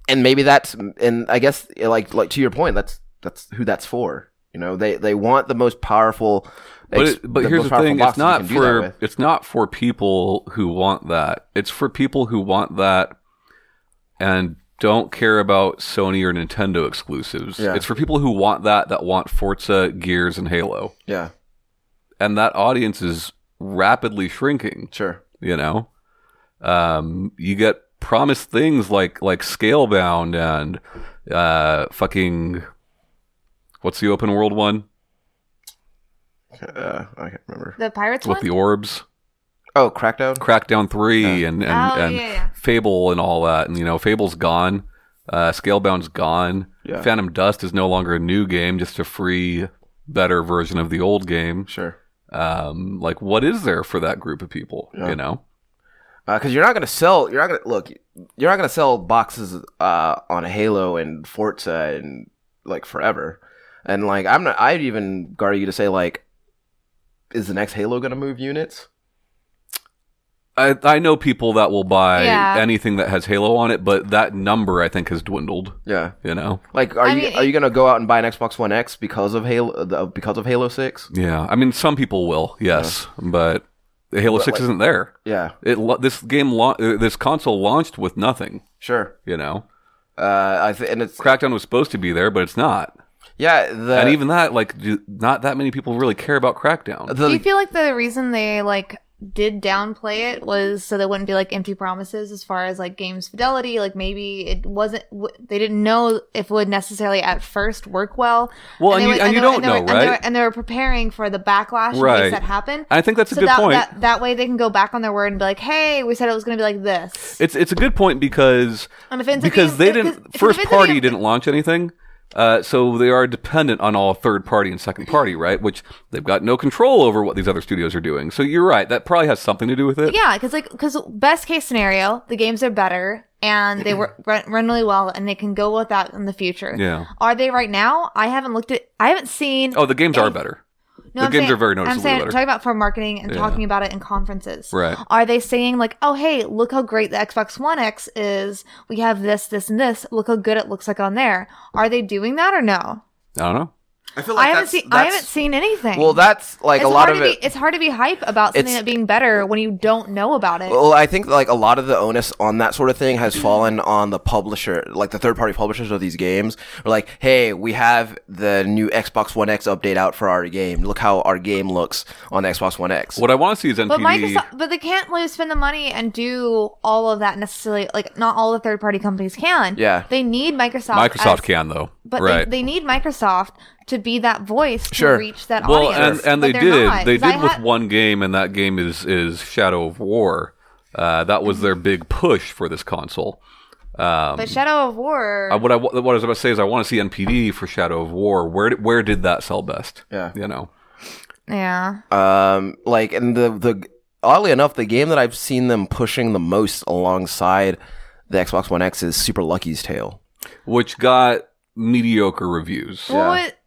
S1: and maybe that's and i guess like like to your point that's that's who that's for you know they they want the most powerful
S2: but
S1: ex-
S2: it, but
S1: the
S2: here's
S1: most
S2: the
S1: powerful
S2: thing:
S1: box
S2: it's
S1: that you
S2: not
S1: can do that
S2: for
S1: with.
S2: it's not for people who want that. It's for people who want that and don't care about Sony or Nintendo exclusives.
S1: Yeah.
S2: It's for people who want that that want Forza, Gears, and Halo,
S1: yeah
S2: and that audience is rapidly shrinking.
S1: sure
S2: you know um you get promised things like like scalebound and uh fucking what's the open world one
S1: uh, i can't remember
S3: The pirates
S2: with
S3: one.
S2: the orbs
S1: oh crackdown
S2: crackdown 3 and and,
S3: Oh,
S2: and
S3: yeah, yeah.
S2: fable and all that and you know fable's gone uh scalebound's gone
S1: Yeah.
S2: phantom dust is no longer a new game just a free better version of the old game
S1: sure
S2: um like what is there for that group of people
S1: Yeah.
S2: you know
S1: because Uh, you're not gonna sell you're not gonna look you're not gonna sell boxes uh on halo and forza and like forever and like i'm not i'd even guard you to say like is the next halo gonna move units
S2: I, I know people that will buy
S3: Yeah.
S2: anything that has Halo on it, but that number I think has dwindled.
S1: yeah
S2: You know,
S1: Like, are
S3: I
S1: you
S3: mean,
S1: are
S3: it-
S1: you gonna go out and buy an Xbox One X because of Halo the, because of Halo Six?
S2: yeah. I mean, some people will, yes, but the Halo Six isn't there.
S1: Yeah,
S2: It lo- this game lau- uh, this console launched with nothing.
S1: sure.
S2: You know,
S1: Uh, I th- and it's
S2: Crackdown was supposed to be there, but it's not.
S1: yeah. The,
S2: and even that, like, do, not that many people really care about Crackdown.
S1: the,
S3: Do you feel like the reason they like did downplay it was so there wouldn't be like empty promises as far as like games fidelity? Like maybe it wasn't. W- they didn't know if it would necessarily at first work well.
S2: Well, and
S3: they
S2: you-
S3: were-
S2: and you
S3: they were-
S2: don't
S3: they were-
S2: know,
S3: And they, were,
S2: right?
S3: and they were preparing for the backlash in
S2: Right.
S3: case that happened.
S2: I think that's a
S3: so
S2: good
S3: that,
S2: point.
S3: that that way they can go back on their word and be like, "Hey, we said it was going to be like this."
S2: It's it's a good point because
S3: And if it's a
S2: because
S3: game-
S2: they
S3: if it's- uh, if
S2: didn't
S3: it's
S2: first
S3: a video
S2: party
S3: game-
S2: didn't launch anything, uh, so they are dependent on all third party and second party, right? Which they've got no control over what these other studios are doing. So you're right; that probably has something to do with it.
S3: Yeah, because like because best case scenario, the games are better and they wor- run, run really well, and they can go with that in the future.
S2: Yeah.
S3: Are they right now? I haven't looked at. I haven't seen.
S2: Oh, the games are better.
S3: no,
S2: the
S3: I'm
S2: games
S3: saying-
S2: are very
S3: I'm
S2: noticeably
S3: saying
S2: better.
S3: talking about for marketing and
S2: Yeah.
S3: talking about it in conferences.
S2: Right.
S3: Are they saying like, oh hey, look how great the Xbox One X is. We have this, this, and this. Look how good it looks like on there. Are they doing that or no?
S2: I don't know.
S1: I feel
S3: I haven't
S1: that's-
S3: seen. I
S1: that's-
S3: haven't seen anything.
S1: Well, that's like
S3: it's
S1: a lot of
S3: hard to
S1: it.
S3: Be, it's hard to be hype about something
S1: It's-
S3: that being better when you don't know about it.
S1: Well, I think like a lot of the onus on that sort of thing has fallen on the publisher, like the third party publishers of these games. Are like, hey, we have the new Xbox One X update out for our game. Look how our game looks on the Xbox One X.
S2: What I want to see is NPD.
S3: But Microsoft, but they can't really spend the money and do all of that necessarily. Like, not all the third party companies can.
S1: Yeah.
S3: they need Microsoft.
S2: Microsoft
S3: as-
S2: can though,
S3: but
S2: right?
S3: they, they need Microsoft to be that voice to
S1: Sure.
S3: reach that
S2: well,
S3: audience.
S2: and and
S3: but
S2: they
S3: they're
S2: did.
S3: not,
S2: They
S3: 'cause I
S2: did with
S3: had-
S2: one game, and that game is is Shadow of War. Uh, that was their big push for this console.
S3: But Shadow of War.
S2: Uh, what I what I was about to say is I want to see NPD for Shadow of War. Where did- where did that sell best?
S1: Yeah.
S2: you know.
S3: yeah.
S1: Um, like, and the the oddly enough, the game that I've seen them pushing the most alongside the Xbox One X is Super Lucky's Tale.
S2: which got mediocre reviews.
S3: Well, What,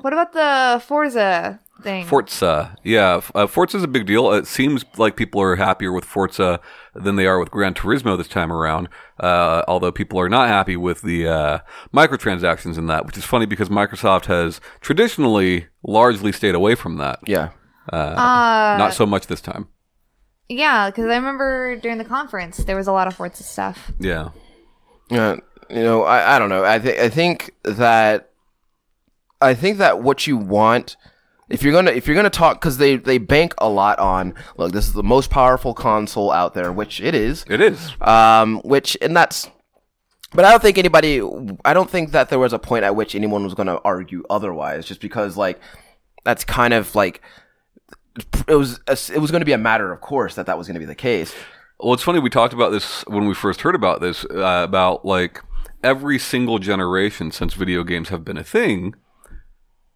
S3: what about the Forza thing?
S2: Forza, yeah, f- uh, Forza is a big deal. It seems like people are happier with Forza than they are with Gran Turismo this time around. Uh, although people are not happy with the uh, microtransactions in that, which is funny because Microsoft has traditionally largely stayed away from that.
S1: Yeah.
S3: uh,
S2: not so much this time.
S3: yeah, because I remember during the conference there was a lot of Forza stuff.
S2: Yeah,
S1: Uh, you know, I, I don't know. I think I think that I think that what you want if you're gonna if you're gonna talk because they they bank a lot on look this is the most powerful console out there which it is
S2: it is.
S1: um which and that's but I don't think anybody I don't think that there was a point at which anyone was gonna argue otherwise just because like that's kind of like it was it was going to be a matter of course that that was going to be the case
S2: Well, it's funny we talked about this when we first heard about this uh, about like every single generation since video games have been a thing.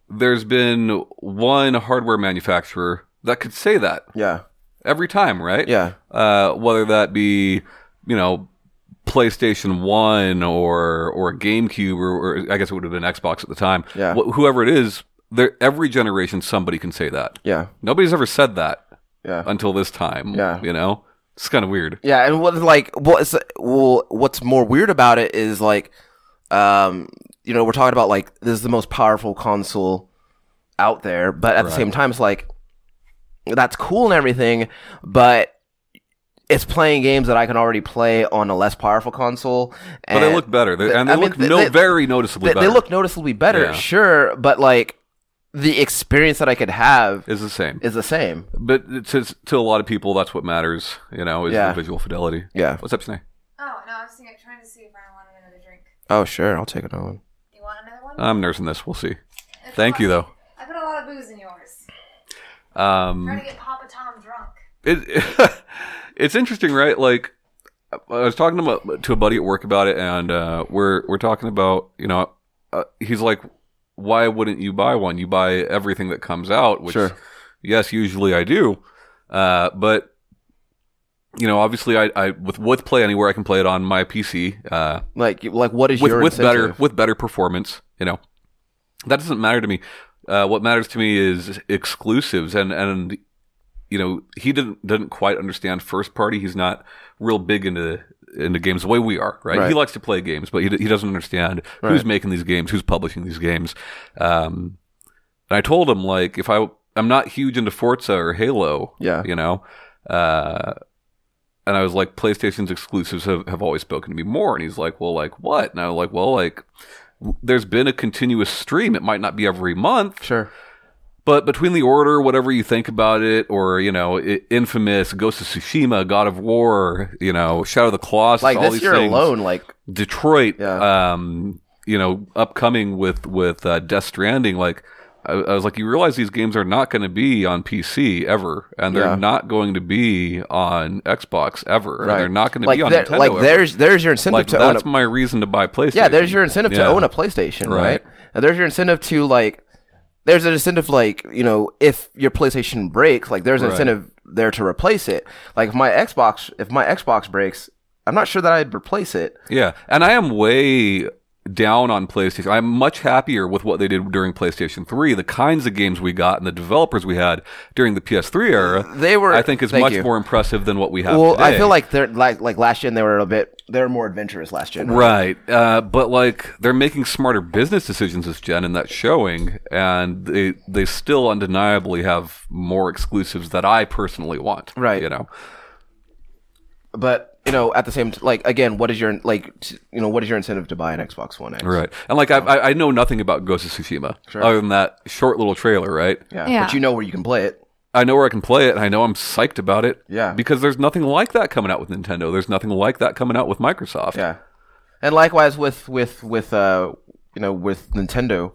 S2: There's been one hardware manufacturer that could say that
S1: Yeah.
S2: every time, right?
S1: Yeah.
S2: Uh, whether that be you know PlayStation One or or GameCube or, or I guess it would have been Xbox at the time.
S1: Yeah.
S2: Wh- whoever it is, there every generation somebody can say that.
S1: Yeah.
S2: Nobody's ever said that
S1: Yeah.
S2: until this time.
S1: Yeah.
S2: You know, it's kind of weird.
S1: Yeah, and what like what's well, what's more weird about it is like, um, you know, we're talking about like this is the most powerful console out there, but at the
S2: Right.
S1: same time, it's like that's cool and everything, but it's playing games that I can already play on a less powerful console.
S2: But
S1: and
S2: they look better, they, and they
S1: I mean,
S2: look
S1: they-
S2: no
S1: they-
S2: very noticeably
S1: They,
S2: better.
S1: they look noticeably better,
S2: Yeah.
S1: sure, but like the experience that I could have
S2: is the same,
S1: is the same.
S2: but to to a lot of people, that's what matters. You know, is
S1: Yeah.
S2: the visual fidelity.
S1: Yeah.
S2: What's up, Sinead?
S3: Oh no, I was thinking, trying to see if I wanted another drink.
S1: Oh, sure, I'll take another one.
S3: You want another one?
S2: I'm nursing this. We'll see. Uh, Thank you though.
S3: I put a lot of booze in yours.
S2: Um,
S3: to get Papa Tom drunk.
S2: it, it's interesting, right? Like I was talking to, my, to a buddy at work about it, and uh, we're we're talking about you know, uh, he's like, why wouldn't you buy one? You buy everything that comes out, which
S1: Sure.
S2: yes, usually I do, uh, but you know, obviously, I, I with with play anywhere, I can play it on my PC. Uh,
S1: Like, like what is
S2: with
S1: your
S2: with better
S1: incentive?
S2: with better performance. You know, that doesn't matter to me. Uh, what matters to me is exclusives, and and you know he didn't didn't quite understand first party. He's not real big into into games the way we are, right?
S1: Right.
S2: He likes to play games, but he d- he doesn't understand who's
S1: Right.
S2: making these games, who's publishing these games. Um, and I told him like if I I'm not huge into Forza or Halo,
S1: Yeah.
S2: you know. Uh, and I was like, PlayStation's exclusives have, have always spoken to me more. And he's like, well, like what? And I was like, well, like w- there's been a continuous stream. It might not be every month,
S1: Sure.
S2: but between the order, whatever you think about it, or you know, I- Infamous, Ghost of Tsushima, God of War, you know, Shadow of the Colossus,
S1: Like
S2: all
S1: this
S2: these
S1: year
S2: things.
S1: alone, like
S2: Detroit,
S1: Yeah.
S2: um, you know, upcoming with with uh, Death Stranding, like. I, I was like, you realize these games are not going to be on PC ever, and they're
S1: Yeah.
S2: not going to be on Xbox ever, and they're not going to
S1: like,
S2: be on
S1: there-
S2: Nintendo
S1: like
S2: ever.
S1: there's there's your incentive
S2: like
S1: to own a
S2: that's my reason to buy PlayStation.
S1: yeah there's your incentive
S2: Yeah.
S1: to own a PlayStation right,
S2: Right.
S1: And there's your incentive to like there's an incentive like you know if your PlayStation breaks like there's an
S2: Right.
S1: incentive there to replace it like if my Xbox if my Xbox breaks I'm not sure that I'd replace it
S2: Yeah, and I am way down on PlayStation. I'm much happier with what they did during PlayStation 3, the kinds of games we got and the developers we had during the PS3 era.
S1: they were
S2: I think is
S1: thank
S2: much
S1: you.
S2: more impressive than what we have.
S1: well I
S2: today.
S1: feel like they're like like last gen they were a bit they were more adventurous last gen
S2: Right, uh, but like they're making smarter business decisions this gen, and that's showing. And they they still undeniably have more exclusives that I personally want.
S1: Right.
S2: you know.
S1: but you know at the same t- like again what is your like t- you know what is your incentive to buy an Xbox One X
S2: Right, and like I, I I know nothing about Ghost of Tsushima other than that short little trailer, right?
S1: yeah.
S3: Yeah.
S1: but you know where you can play it
S2: I know where I can play it, and I know I'm psyched about it.
S1: Yeah.
S2: Because there's nothing like that coming out with Nintendo. There's nothing like that coming out with Microsoft.
S1: Yeah, and likewise with with with uh you know with Nintendo,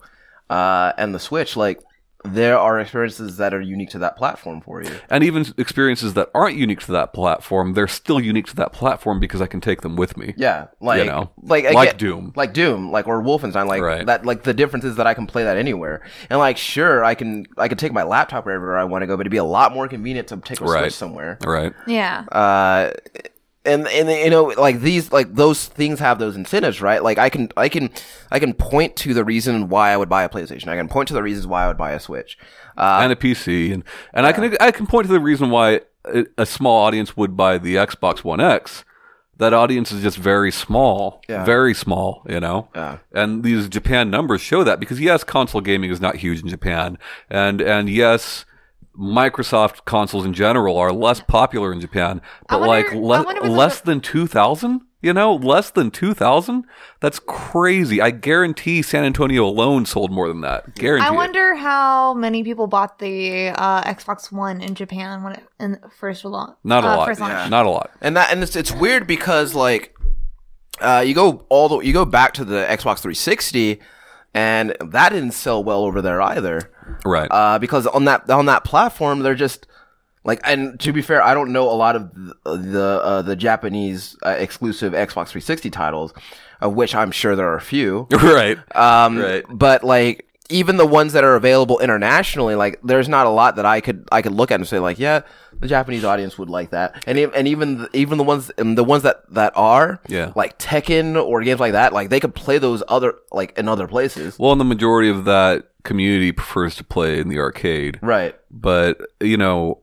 S1: uh and the Switch, like there are experiences that are unique to that platform for you.
S2: And even experiences that aren't unique to that platform, they're still unique to that platform because I can take them with me.
S1: Yeah, like
S2: You know,
S1: like I
S2: like
S1: get-
S2: Doom.
S1: like Doom, like or Wolfenstein, like
S2: Right.
S1: that. Like the difference is that I can play that anywhere, and like sure, I can I can take my laptop wherever I want to go, but it'd be a lot more convenient to take my
S2: Right.
S1: Switch somewhere.
S2: Right.
S3: Yeah.
S1: Uh, and and you know like these like those things have those incentives right like i can i can i can point to the reason why i would buy a playstation i can point to the reasons why i would buy a switch uh,
S2: and a PC, and and I can I can point to the reason why a, a small audience would buy the Xbox One X. That audience is just very small,
S1: Yeah.
S2: very small, you know.
S1: Yeah.
S2: And these Japan numbers show that because yes, console gaming is not huge in Japan, and and yes. Microsoft consoles in general are less popular in Japan, but
S3: wonder-
S2: like
S3: I wonder
S2: le-
S3: what the-
S2: less than 2,000, you know, less than 2,000. That's crazy. I guarantee San Antonio alone sold more than that. Guarantee.
S3: I
S2: it.
S3: wonder how many people bought the uh, Xbox One in Japan when it in first launch.
S2: Not a
S3: uh,
S2: lot.
S3: First launch.
S2: Not a lot.
S1: and that and it's it's weird because like uh, you go all the you go back to the Xbox 360 and that didn't sell well over there either
S2: Right.
S1: uh, because on that on that platform they're just Like, and to be fair, I don't know a lot of th- the uh, the Japanese uh, exclusive Xbox 360 titles, of which I'm sure there are a few.
S2: right.
S1: Um,
S2: Right.
S1: But like even the ones that are available internationally, like there's not a lot that I could I could look at and say like, yeah, the Japanese audience would like that. And e- and even the, even the ones and the ones that that are
S2: Yeah.
S1: like Tekken or games like that, like they could play those other like in other places.
S2: Well, and the majority of that community prefers to play in the arcade.
S1: Right.
S2: But, you know,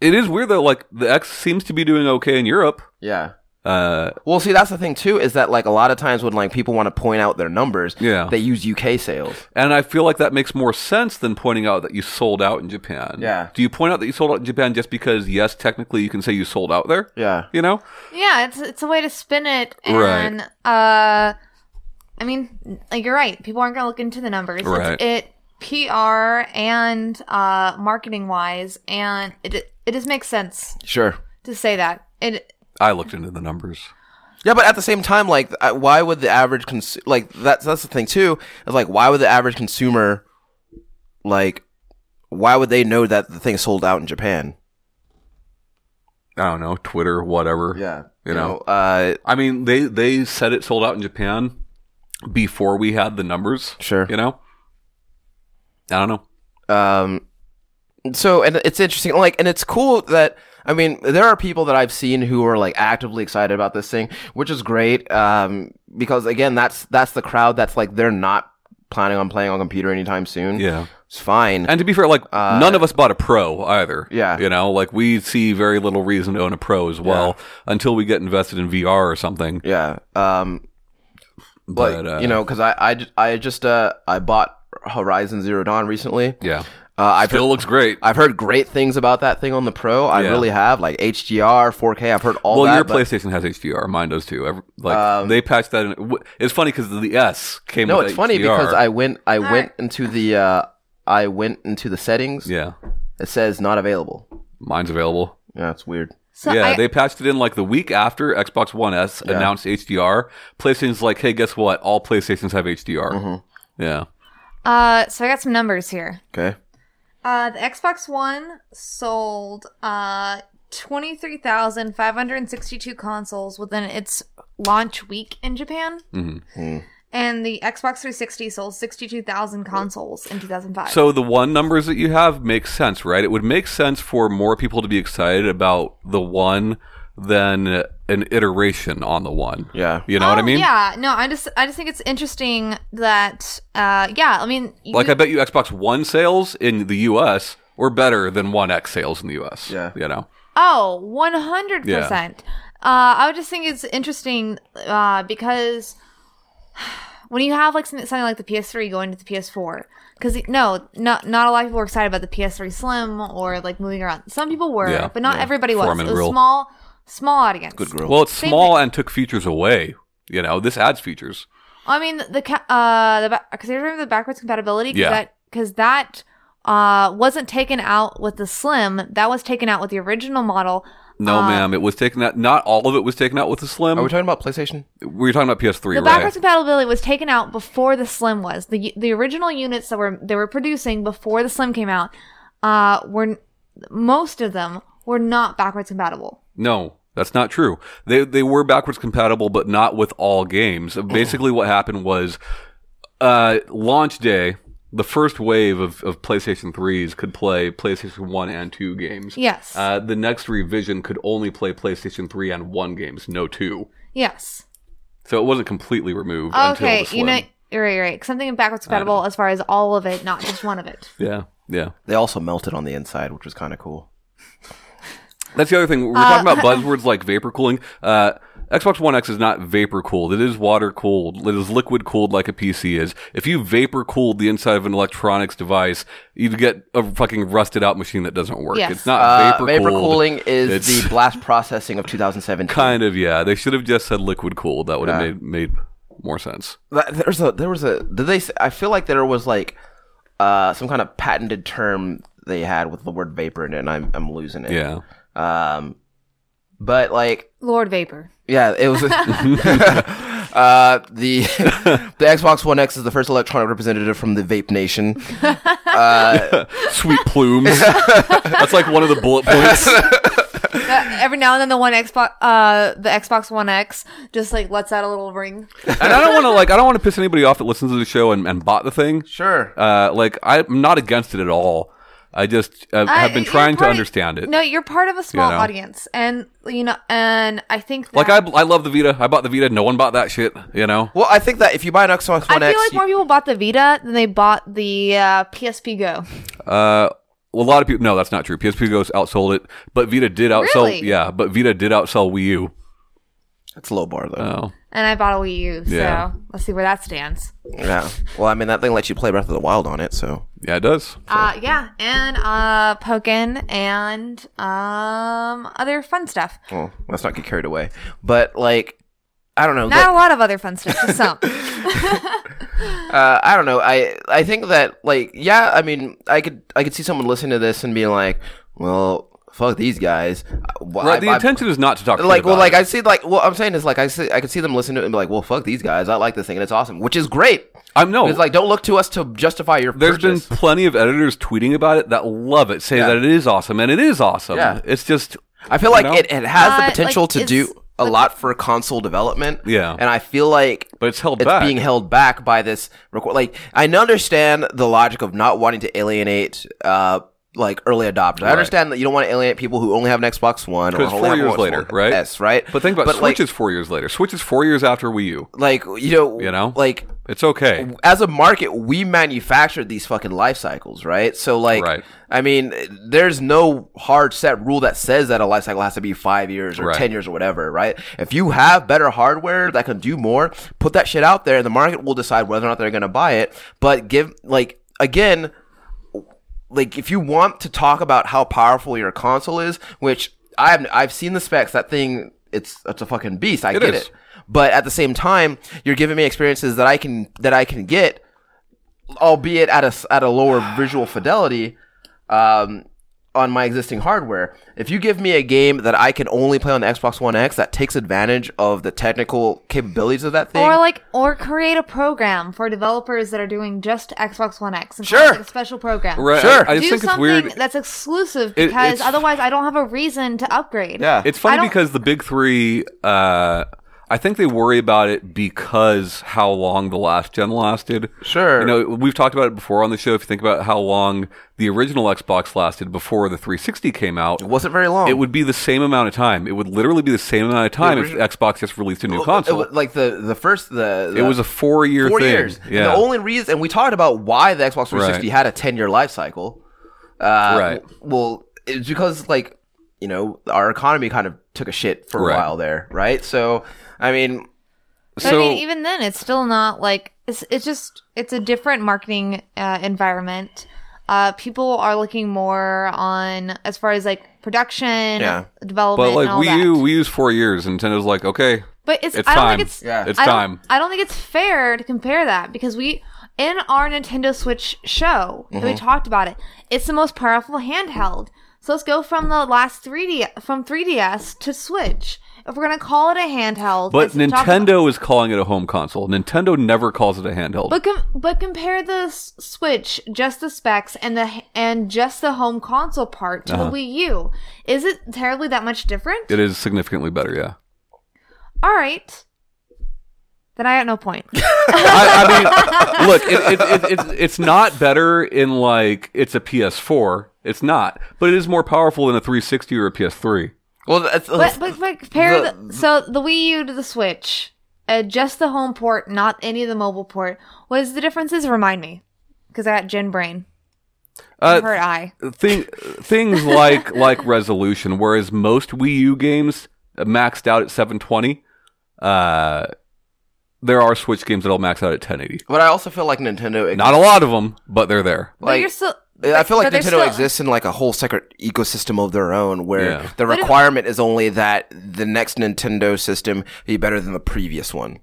S2: it is weird though. Like, the X seems to be doing okay in Europe.
S1: Yeah.
S2: Uh,
S1: Well, see, that's the thing too is that like a lot of times when like people want to point out their numbers,
S2: Yeah.
S1: they use UK sales.
S2: and I feel like that makes more sense than pointing out that you sold out in Japan.
S1: Yeah.
S2: Do you point out that you sold out in Japan just because, yes, technically you can say you sold out there?
S1: Yeah.
S2: You know?
S3: Yeah, it's it's a way to spin it,
S2: Right.
S3: and uh, I mean, like you're right. People aren't gonna look into the numbers. It's-
S2: Right.
S3: It PR and uh, marketing wise, and it it just makes sense
S1: Sure.
S3: to say that. It
S2: I looked into the numbers.
S1: Yeah, but at the same time, like, I- why would the average cons like that's that's the thing too is like why would the average consumer like why would they know that the thing sold out in Japan?
S2: I don't know, Twitter, whatever.
S1: you
S2: You
S1: know, uh,
S2: I mean, they they said it sold out in Japan before we had the numbers.
S1: Sure.
S2: You know? I don't know.
S1: um, so and it's interesting, like, and it's cool that I mean there are people that I've seen who are like actively excited about this thing, which is great, um, because again, that's that's the crowd that's like they're not planning on playing on computer anytime soon.
S2: Yeah.
S1: it's fine.
S2: And to be fair, like
S1: Uh,
S2: none of us bought a pro either.
S1: Yeah.
S2: You know, like we see very little reason to own a pro as well until we get invested in VR or something.
S1: yeah, um, but
S2: uh,
S1: you know because I, I j- I just uh i bought horizon zero dawn recently uh,
S2: yeah,
S1: i've
S2: still
S1: heard,
S2: looks great.
S1: i've heard great things about that thing on the pro i
S2: Yeah.
S1: really have like hdr 4k i've heard all
S2: well,
S1: that
S2: your
S1: but- Um,
S2: PlayStation has HDR. Mine does too. Every, like they patched that. in. w- It's funny because the S came.
S1: no
S2: with
S1: it's funny
S2: HDR.
S1: because i went i went
S3: right.
S1: into the uh i went into the settings
S2: yeah,
S1: it says not available
S2: mine's available.
S1: yeah it's weird
S3: so
S2: yeah,
S3: I,
S2: they patched it in like the week after Xbox One S announced HDR. PlayStation's like, hey, guess what? All PlayStations have HDR. Yeah.
S3: uh, so I got some numbers here.
S1: okay
S3: Uh, the Xbox One sold uh, 23,562 consoles within its launch week in Japan.
S2: Mm-hmm.
S3: And the Xbox 360 sold 62,000 consoles in 2005.
S2: So the one numbers that you have make sense, right? It would make sense for more people to be excited about the one than an iteration on the one.
S1: yeah
S2: You know what I
S3: Oh,
S2: mean?
S3: Yeah, no, I just I just think it's interesting that uh yeah, I mean you-
S2: Like I bet you Xbox One sales in the US were better than One X sales in the US.
S1: Yeah.
S2: You know.
S3: Oh, 100%. Uh, I would just think it's interesting uh, because when you have like something, something like the PS3 going to the PS4, because no, not not a lot of people were excited about the PS3 Slim or like moving around. Some people were,
S2: Yeah,
S3: but not
S2: yeah.
S3: everybody was.
S2: Foreman
S3: it was
S2: rule.
S3: small, small audience.
S1: good girl
S2: Well, it's
S3: Same
S2: small and took features away. You know, this adds features.
S3: I mean the ca- uh the because I remember the backwards compatibility
S2: Yeah.
S3: because that uh wasn't taken out with the Slim. That was taken out with the original model.
S2: No,
S3: Uh,
S2: ma'am. It was taken out. Not all of it was taken out with the slim.
S1: are we talking about playstation
S2: We were talking about PS3,
S3: The
S2: right?
S3: backwards compatibility was taken out before the Slim was. The the original units that were they were producing before the Slim came out uh were most of them were not backwards compatible.
S2: No, that's not true. They they were backwards compatible, but not with all games. Basically, what happened was uh, launch day. The first wave of, of PlayStation 3s could play PlayStation 1 and 2 games.
S3: Yes.
S2: Uh, the next revision could only play PlayStation 3 and 1 games, no 2.
S3: yes.
S2: So it wasn't completely removed until
S3: Okay,
S2: the Slim.
S3: you know you're right, you're right. Something backwards compatible as far as all of it, not just one of it.
S2: yeah, yeah.
S1: they also melted on the inside which was kind of cool
S2: That's the other thing. We're talking about buzzwords like vapor cooling. Uh, Xbox One X is not vapor cooled. It is water cooled. It is liquid cooled like a PC is. If you vapor cooled the inside of an electronics device, you'd get a fucking rusted out machine that doesn't work.
S3: Yes.
S2: It's not
S1: uh,
S2: vapor,
S1: vapor
S2: cooled.
S1: cooling is
S2: It's-
S1: the blast processing of 2017
S2: Kind of, yeah. They should have just said liquid cooled. That would have
S1: Yeah.
S2: made made more sense.
S1: That- there's a there was a did they s- I feel like there was like uh some kind of patented term they had with the word vapor in it and I'm I'm losing it.
S2: Yeah.
S1: Um but like
S3: Lord Vapor.
S1: yeah, it was uh the the Xbox One X is the first electronic representative from the Vape Nation. Uh,
S2: Sweet plumes. That's like one of the bullet points.
S3: Uh, every now and then, the one Xbox, uh, the Xbox One X, just like lets out a little ring.
S2: And I don't want to like I don't want to piss anybody off that listens to the show and, and bought the thing.
S1: sure.
S2: Uh, like I'm not against it at all. I just uh, have been
S3: you're
S2: trying to
S3: part-
S2: understand it.
S3: No, you're part of a small
S2: know?
S3: audience, and you know, and I think that,
S2: Like I, I love the Vita. I bought the Vita. No one bought that shit. You know.
S1: well, I think that if you buy an Xbox
S3: I
S1: One
S3: feel
S1: X,
S3: like
S1: you-
S3: more people bought the Vita than they bought the uh, PSP Go.
S2: Uh, well, a lot of people. No, that's not true. PSP Go's outsold it, but Vita did outsell.
S3: Really?
S2: Yeah, but Vita did outsell Wii U.
S1: it's low bar though.
S2: Oh,
S3: And I bought a Wii U, so
S2: Yeah.
S3: let's see where that stands.
S1: yeah. Well, I mean that thing lets you play Breath of the Wild on it, so
S2: yeah, it does.
S3: Uh, yeah, and uh, Pokken and um, other fun stuff.
S1: well, let's not get carried away. But like, I don't know.
S3: Not a lot of other fun stuff, just some.
S1: uh, I don't know. I I think that like yeah, I mean, I could I could see someone listening to this and being like, well, fuck these guys. Well,
S2: right.
S1: I-
S2: the
S1: I-
S2: intention is not to talk.
S1: like
S2: shit
S1: well
S2: about
S1: like
S2: it.
S1: I see like what I'm saying is like I see I could see them listening to it and be like, well, fuck these guys. I like this thing and it's awesome, which is great.
S2: I'm no.
S1: But It's like don't look to us to justify your
S2: There's
S1: purchase.
S2: been plenty of editors tweeting about it that love it, say
S1: Yeah.
S2: that it is awesome, and it is awesome.
S1: Yeah.
S2: It's just
S1: I feel like
S2: you know?
S1: it, it has
S3: Uh,
S1: the potential
S3: like,
S1: to
S3: it's-
S1: do a lot for console development.
S2: Yeah.
S1: and I feel like
S2: but it's held
S1: it's
S2: back.
S1: being held back by this record. Like I understand the logic of not wanting to alienate. uh like early adopters, I
S2: Right.
S1: understand that you don't want to alienate people who only have an Xbox One or
S2: Because
S1: only
S2: four
S1: have an
S2: years
S1: Xbox
S2: later,
S1: One
S2: right?
S1: S, right?
S2: but think about
S1: but
S2: Switch
S1: like,
S2: is four years later. Switch is four years after Wii U.
S1: like you know,
S2: You know?
S1: like
S2: It's okay.
S1: as a market, we manufactured these fucking life cycles, right? So, like,
S2: Right.
S1: I mean, there's no hard set rule that says that a life cycle has to be five years or
S2: Right.
S1: 10 years or whatever, right? If you have better hardware that can do more, put that shit out there and the market will decide whether or not they're going to buy it. But give, like, again, like if you want to talk about how powerful your console is, which I've I've seen the specs, that thing it's it's a fucking beast. I get
S2: is.
S1: it. But at the same time, you're giving me experiences that I can that I can get, albeit at a s- at a lower visual fidelity, um, on my existing hardware. If you give me a game that I can only play on the Xbox One X that takes advantage of the technical capabilities of that thing,
S3: Or like, or create a program for developers that are doing just Xbox One X. And call
S1: Sure.
S3: it, like, a special program.
S2: Right.
S1: Sure.
S2: I, I
S3: Do
S2: just think it's
S3: something
S2: weird.
S3: that's exclusive
S2: It-
S3: because
S2: it's-
S3: otherwise I don't have a reason to upgrade.
S1: yeah,
S2: It's
S3: I
S2: funny
S3: don't-
S2: because the big three, uh, I think they worry about it because how long the last gen lasted.
S1: Sure.
S2: You know, we've talked about it before on the show. If you think about how long the original Xbox lasted before the 360 came out,
S1: it wasn't very long.
S2: it would be the same amount of time. It would literally be the same amount of time
S1: original- Oh,
S2: if Xbox just released a new
S1: It
S2: console.
S1: wa- like the the first the, the
S2: It was a four year
S1: four
S2: thing.
S1: years. And
S2: Yeah.
S1: the only reason, and we talked about why the Xbox 360
S2: Right.
S1: had a 10 year life cycle. Uh,
S2: Right.
S1: Well, it's because like you know our economy kind of took a shit for
S2: Right.
S1: a while there, right? So I mean,
S3: But
S2: so,
S3: I mean, even then, it's still not like it's. It's just it's a different marketing uh, environment. Uh, people are looking more on as far as like production,
S1: Yeah.
S3: development,
S2: but like
S3: and all
S2: Wii
S3: that.
S2: U, Wii U's four years. and Nintendo's like, okay,
S3: but it's,
S2: it's
S3: I don't
S2: time.
S3: think it's.
S1: Yeah.
S2: It's
S3: I don't-
S2: time.
S3: I don't think it's fair to compare that because we in our Nintendo Switch show that
S1: Mm-hmm.
S3: we talked about it. It's the most powerful handheld. So let's go from the last 3D from 3DS to Switch. If we're gonna call it a handheld,
S2: But
S3: let's talk about-
S2: Nintendo is calling it a home console. Nintendo never calls it a handheld.
S3: But com- but compare the S- Switch, just the specs and the and just the home console part
S1: Uh-huh.
S3: to the Wii U. Is it terribly that much different?
S2: it is significantly better, yeah.
S3: All right. Then I got no point.
S2: I, I mean, look, it, it, it, it's it's not better in like it's a PS4. It's not, but it is more powerful than a 360 or a PS3.
S1: well, that's,
S3: but, but but compare
S1: The-
S3: the, so the Wii U to the Switch, uh, just the home port, not any of the mobile port. What is the differences? Remind me, because I got Gen Brain.
S2: Uh,
S3: hurt eye.
S2: Thing, things like like resolution, whereas most Wii U games uh, maxed out at 720. Uh, there are Switch games that'll max out at 1080.
S1: but I also feel like Nintendo.
S2: Not a lot of them, but they're there.
S3: but
S1: like,
S3: you're still.
S1: I feel like
S3: but
S1: Nintendo
S3: they're still-
S1: exists in like a whole separate ecosystem of their own, where
S2: Yeah.
S1: the
S3: But it-
S1: requirement is only that the next Nintendo system be better than the previous one.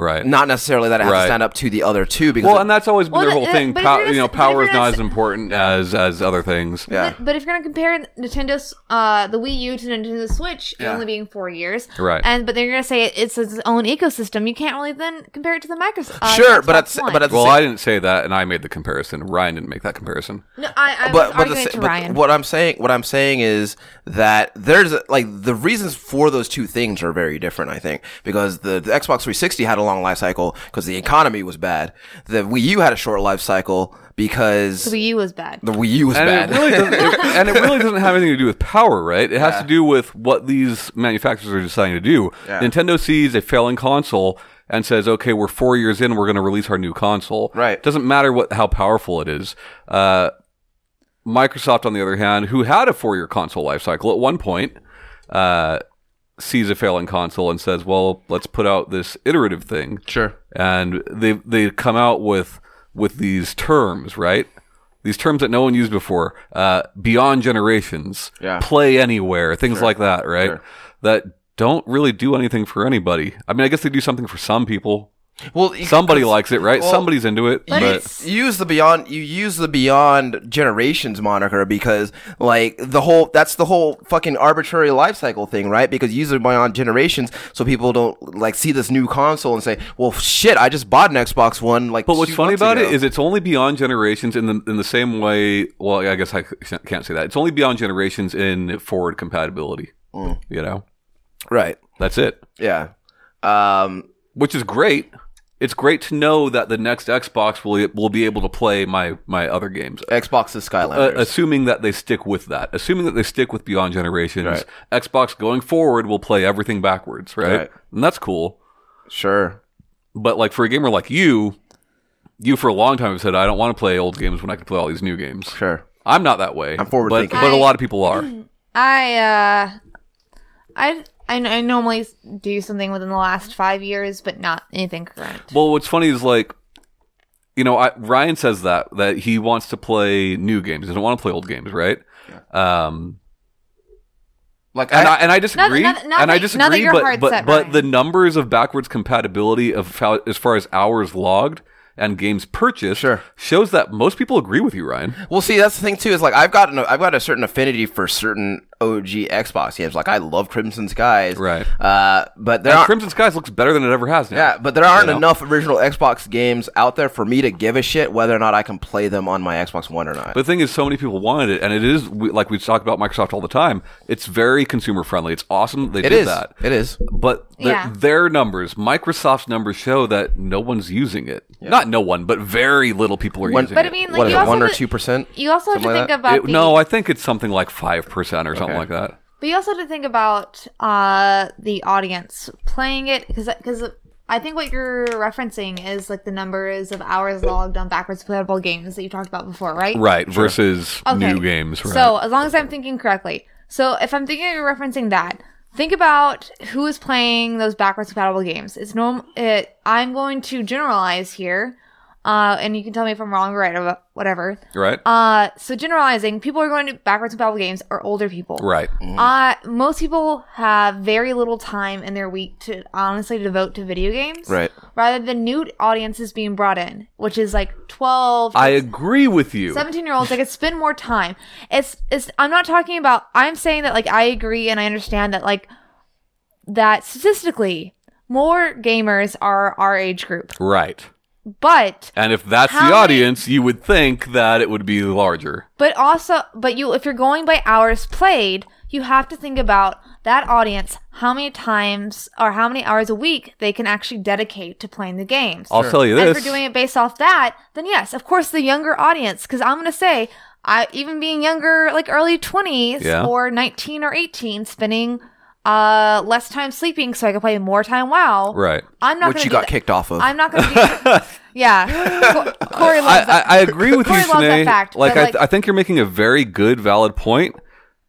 S2: Right.
S1: Not necessarily that it has
S2: Right.
S1: to stand up to the other two because
S2: Well,
S1: it-
S2: and that's always been
S3: Well,
S2: their
S3: th-
S2: whole
S3: th-
S2: thing.
S3: but if
S2: Pow-
S3: you're
S2: you know,
S3: gonna s- but if
S2: power
S3: you're
S2: is
S3: gonna
S2: not
S3: s-
S2: as important as as other things.
S1: yeah.
S3: But, but if you're gonna compare Nintendo's uh, the Wii U to Nintendo Switch, it
S1: Yeah.
S3: only being four years,
S2: Right.
S3: And but they're gonna say it, it's its own ecosystem. You can't really then compare it to the Microsoft. Uh,
S1: Sure, but
S3: Xbox
S1: at s-
S3: One.
S1: but at the
S2: Well,
S1: same-
S2: I didn't say that, and I made the comparison. Ryan didn't make that comparison.
S3: no, I,
S1: but
S3: I was
S1: but, the,
S3: arguing it
S1: sa-
S3: to
S1: but
S3: Ryan.
S1: what I'm saying what I'm saying is that there's like the reasons for those two things are very different. I think because the, the Xbox 360 had a long life cycle because the economy was bad. The Wii U had a short life cycle because
S3: the Wii U was bad.
S1: the Wii U was
S2: And
S1: bad.
S2: it, really doesn't, it- and it really doesn't have anything to do with power, right? It has to do with what these manufacturers are deciding to do. Nintendo sees a failing console and says, "Okay, we're four years in. We're going to release our new console."
S1: Right.
S2: Doesn't matter what how powerful it is. Uh, Microsoft, on the other hand, who had a four-year console lifecycle at one point, uh, sees a failing console and says, "Well, let's put out this iterative thing."
S1: sure.
S2: and they they come out with with these terms, right? These terms that no one used before, uh, beyond generations,
S1: Yeah.
S2: play anywhere, things like that, right?
S1: Sure.
S2: That don't really do anything for anybody. I mean, I guess they do something for some people.
S1: Well, you-
S2: Somebody
S1: 'cause
S2: likes it, right?
S1: well,
S2: Somebody's into it,
S3: but
S2: but,
S3: it's-
S1: you use the beyond you use the beyond generations moniker because like the whole that's the whole fucking arbitrary life cycle thing right because you use the beyond generations so people don't like see this new console and say well shit i just bought an xbox one like
S2: but what's funny about it is it's only beyond generations in the in the same way. Well, I guess I c- can't say that. It's only beyond generations in forward compatibility.
S1: Mm.
S2: You know,
S1: right
S2: that's it.
S1: yeah um
S2: which is great. It's great to know that the next Xbox will will be able to play my my other games.
S1: xbox is
S2: Uh,
S1: skylanders
S2: assuming that they stick with that, assuming that they stick with Beyond Generations, Xbox going forward will play everything backwards, right?
S1: Right.
S2: And that's cool.
S1: sure
S2: But like for a gamer like you, you for a long time have said I don't want to play old games when I can play all these new games.
S1: sure
S2: I'm not that way.
S1: I'm forward
S2: but,
S1: thinking.
S2: but a
S3: I-
S2: lot of people are.
S3: I uh, I I, I normally do something within the last five years, but not anything current.
S2: Well, what's funny is like, you know, I, Ryan says that that he wants to play new games. He doesn't want to play old games, right? Um,
S1: like
S2: and I, and I disagree.
S3: not- not
S2: and I
S3: that- not that
S2: disagree,
S3: you're
S2: but
S3: hard
S2: but,
S3: set,
S2: but
S3: Ryan.
S2: the numbers of backwards compatibility of how, as far as hours logged and games purchased
S1: Sure.
S2: shows that most people agree with you, Ryan.
S1: Well, see, that's the thing too. Is like I've got an, I've got a certain affinity for certain OG Xbox games. Like I love Crimson Skies,
S2: Right.
S1: Uh, but there
S2: And
S1: aren't
S2: Crimson Skies looks better than it ever has now.
S1: yeah, but there aren't
S2: You know?
S1: enough original Xbox games out there for me to give a shit whether or not I can play them on my Xbox One or not.
S2: But the thing is, so many people wanted it, and it is we, like we talk about Microsoft all the time. It's very consumer friendly. It's awesome that they
S1: it
S2: did
S1: is.
S2: that.
S1: It is.
S2: But the,
S3: Yeah.
S2: their numbers, Microsoft's numbers, show that no one's using it. Not no one, but very little people are
S1: One-
S2: using
S3: But
S2: it.
S3: I mean, like
S1: What is
S3: you
S1: it?
S3: also
S1: One or
S3: have to-
S1: two percent?
S3: You also have to
S1: Something like
S3: think
S1: that?
S3: about
S2: It-
S3: the,
S2: no, I think it's something like five percent or something
S1: Okay.
S2: like that.
S3: But you also have to think about uh, the audience playing it because I think what you're referencing is like the numbers of hours logged on backwards playable games that you talked about before, right?
S2: Right, versus new games. Right.
S3: So as long as I'm thinking correctly, so if I'm thinking you're referencing that, think about who is playing those backwards compatible games. It's norm. It, I'm going to generalize here, uh, and you can tell me if I'm wrong or right or whatever.
S2: right?
S3: Uh, so generalizing, people who are going to backwards compatible games are older people.
S2: right.
S3: Uh, most people have very little time in their week to honestly devote to video games.
S1: Right.
S3: Rather than new audiences being brought in, which is like 12
S2: I agree with you.
S3: 17 year olds. They could spend more time. It's, it's, I'm not talking about, I'm saying that like I agree and I understand that like that statistically more gamers are our age group.
S2: Right.
S3: But,
S2: And if that's
S3: How
S2: the
S3: many-
S2: audience, you would think that it would be larger.
S3: but also, but you, if you're going by hours played, you have to think about that audience, how many times or how many hours a week they can actually dedicate to playing the games.
S2: I'll tell you
S3: and if
S2: this.
S3: we're doing it based off that, then yes, of course, the younger audience. Because I'm gonna say, I even being younger, like early 20s
S2: Yeah.
S3: or 19 or 18, spending uh less time sleeping so I can play more time WoW.
S2: right.
S3: I'm not
S1: Which
S3: gonna
S1: you
S3: do
S1: got
S3: that.
S1: kicked off of.
S3: I'm not gonna. Be, yeah, Co- Corey
S2: I,
S3: loves
S2: I,
S3: that.
S2: I agree with you,
S3: Corey loves that
S2: Sinead.
S3: fact,
S2: like,
S3: but,
S2: I,
S3: like-
S2: I think you're making a very good, valid point.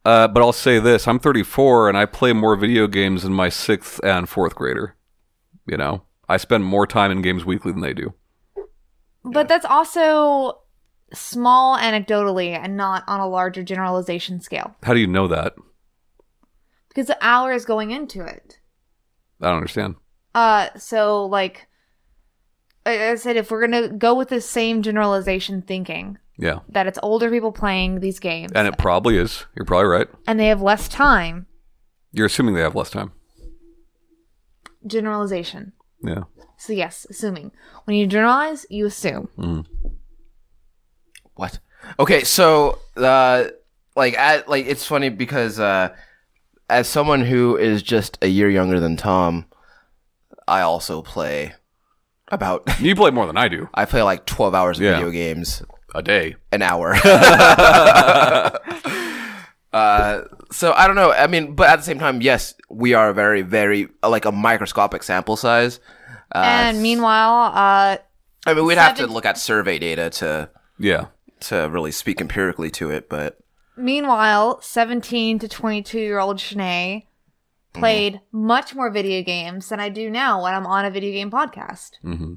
S2: Uh, but I'll say this: I'm 34, and I play more video games than my sixth and fourth grader. You know, I spend more time in games weekly than they do.
S3: but that's also small anecdotally and not on a larger generalization scale
S2: How do you know that?
S3: because the hour is going into it.
S2: I don't understand.
S3: Uh, so like I I said if we're gonna go with the same generalization thinking
S2: Yeah.
S3: that it's older people playing these games
S2: And it probably is. You're probably right.
S3: and they have less time,
S2: You're assuming they have less time.
S3: generalization.
S2: Yeah.
S3: So yes, assuming when you generalize, you assume.
S1: What? Okay, so uh, like at, like it's funny because uh, as someone who is just a year younger than Tom, I also play about
S2: You play more than I do
S1: I play like twelve hours of
S2: Yeah.
S1: video games
S2: a day.
S1: an hour. uh, so I don't know. I mean, but at the same time, yes, we are very very like a microscopic sample size. Uh,
S3: and meanwhile, uh,
S1: I mean, we'd have to
S3: seven-
S1: look at survey data to
S2: Yeah.
S1: to really speak empirically to it, but.
S3: meanwhile, seventeen to twenty-two year old Shanae played
S2: Mm-hmm.
S3: much more video games than I do now when I'm on a video game podcast.
S2: hmm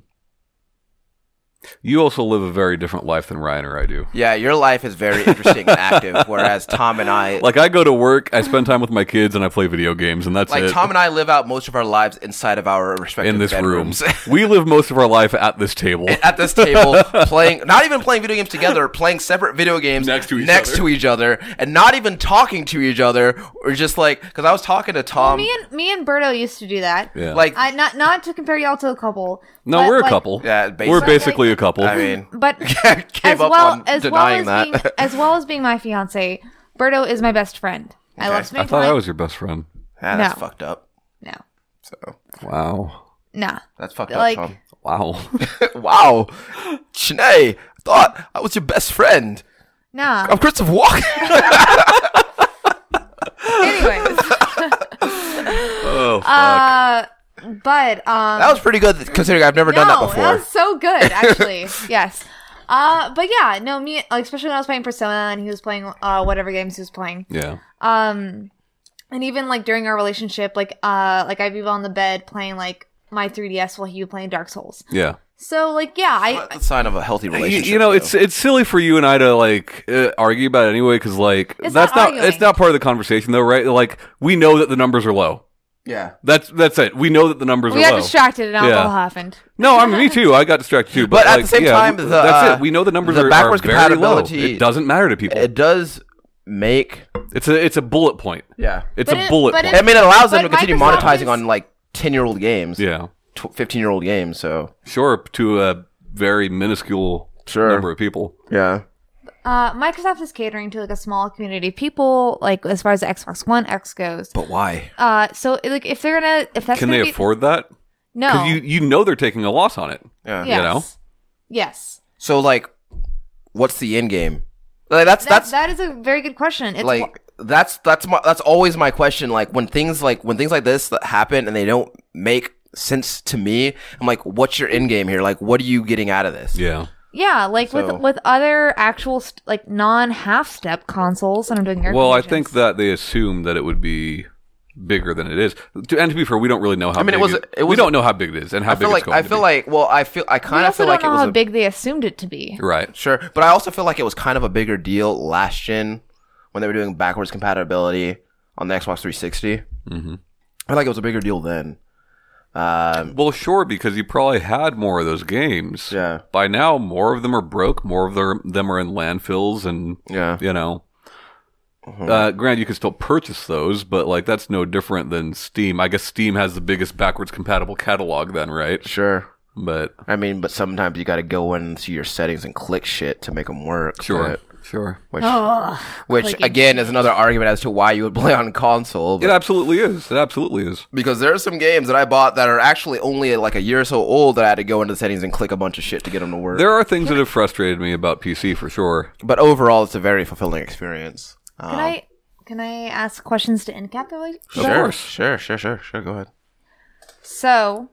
S2: You also live a very different life than Ryan or I do.
S1: Yeah, your life is very interesting and active, whereas Tom and I, like,
S2: Like I go to work, I spend time with my kids, and I play video games, and that's it.
S1: Tom and I, live out most of our lives inside of our respective
S2: in this room,
S1: bedrooms.
S2: we live most of our life at this table.
S1: At this table, playing, not even playing video games together, playing separate video games
S2: Next to each other.
S1: to each other, and not even talking to each other, or just like, because I was talking to Tom,
S3: me and me and Berto used to do that.
S2: Yeah.
S1: like,
S3: I not not to compare y'all to a couple.
S2: no,
S3: but,
S2: we're a
S3: like-
S2: couple.
S1: Yeah, basically.
S2: we're basically a couple.
S1: I mean, ah,
S3: But
S1: I gave
S3: as
S1: up
S3: well
S1: on
S3: as well
S1: denying
S3: as
S1: that.
S3: being as well as being my fiance, Berto is my best friend. I
S1: Okay.
S3: love
S2: I
S3: spending
S2: thought
S3: time.
S2: I was your best friend.
S1: Yeah, that's
S3: No.
S1: fucked up.
S3: no,
S1: So
S2: Wow.
S3: nah.
S1: that's fucked
S3: Like-
S1: up, Tom.
S2: Wow.
S1: wow, Shanae, I thought I was your best friend.
S3: Nah.
S1: I'm Christopher Walken.
S3: Anyways,
S2: oh, fuck.
S3: uh, but um,
S1: That was pretty good considering I've never done that before.
S3: Oh, was so good, actually. yes. Uh, but yeah, no, me, like, especially when I was playing Persona and he was playing uh, whatever games he was playing.
S2: yeah.
S3: Um, and even like during our relationship, like uh, like I'd be on the bed playing like my 3DS while he would be playing Dark Souls.
S2: Yeah.
S3: So like, yeah, I
S1: That's a sign of a healthy
S2: Y-
S1: relationship.
S2: You know,
S1: though.
S2: it's it's silly for you and I to like uh, argue about it anyway because like
S3: It's
S2: that's
S3: not
S2: not,
S3: arguing.
S2: it's not part of the conversation though, right? Like we know that the numbers are low.
S1: yeah.
S2: That's that's it. We know that the numbers
S3: we
S2: are
S3: got
S2: low.
S3: distracted and alcohol
S2: Yeah.
S3: happened.
S2: no, I mean me too. I got distracted too. But,
S1: But at the
S2: like,
S1: same
S2: yeah,
S1: time,
S2: w-
S1: the,
S2: that's
S1: uh,
S2: it. We know the numbers
S1: the
S2: are,
S1: backwards
S2: are very low.
S1: compatibility-
S2: It doesn't matter to people.
S1: It does make
S2: it's a it's a bullet point.
S1: yeah.
S2: It's
S3: But
S2: a
S3: it-
S2: bullet
S3: but
S2: point.
S1: I mean, it allows them to
S3: But
S1: continue
S3: Microsoft
S1: monetizing
S3: is-
S1: on like ten-year-old games,
S2: yeah,
S1: fifteen-year-old games. So
S2: sure. To a very minuscule
S1: Sure.
S2: number of people.
S1: yeah,
S3: Uh, Microsoft is catering to like a small community of people, like as far as the Xbox One X goes.
S1: but why?
S3: Uh, so like if they're gonna if that's
S2: Can
S3: gonna
S2: they
S3: be,
S2: afford that?
S3: no
S2: Because you you know they're taking a loss on it.
S1: Yeah.
S3: yes.
S2: know?
S3: yes
S1: So like, what's the end game? Like, that's
S3: That,
S1: that's
S3: that is a very good question. It's
S1: like that's that's my that's always my question. Like when things like when things like this that happen and they don't make sense to me, I'm like, what's your end game here? Like, what are you getting out of this?
S2: Yeah.
S3: yeah, like
S1: So-
S3: with with other actual st- like non half step consoles, and I'm doing air
S2: Well, I
S3: quotations.
S2: think that they assume that it would be bigger than it is. To- And to be fair, we don't really know how.
S1: I mean, it
S2: big
S1: was- it
S2: we
S1: was-
S2: don't know how big it is and how
S1: I
S2: big
S1: feel
S2: it's
S1: like
S2: going
S1: I
S2: to
S1: feel
S2: be.
S1: like well, I feel I
S3: we
S1: kind of
S3: also
S1: feel
S3: don't
S1: like it
S3: know
S1: was
S3: how
S1: a
S3: big they assumed it to be.
S2: right.
S1: Sure, but I also feel like it was kind of a bigger deal last gen when they were doing backwards compatibility on the Xbox 360. Mm-hmm. I feel like it was a bigger deal then. Um,
S2: Well, sure, because you probably had more of those games.
S1: Yeah.
S2: By now, more of them are broke. More of their, them are in landfills, and
S1: yeah, Mm-hmm.
S2: you know. Uh, granted, you can still purchase those, but like that's no different than Steam. I guess Steam has the biggest backwards compatible catalog, then, right?
S1: sure.
S2: But
S1: I mean, but sometimes you got to go into your settings and click shit to make them work.
S2: sure,
S1: but-
S2: sure,
S1: which,
S3: Ugh.
S1: which
S3: clicking
S1: again is another argument as to why you would play on console. but-
S2: it absolutely is. It absolutely is.
S1: because there are some games that I bought that are actually only like a year or so old that I had to go into the settings and click a bunch of shit to get them to work.
S2: There are things that have frustrated me about PC for sure.
S1: but overall, it's a very fulfilling experience. Um,
S3: Can I can I ask questions to NCAP really?
S2: Of
S1: Sure,
S2: course.
S1: sure, sure, sure, sure. Go ahead.
S3: So,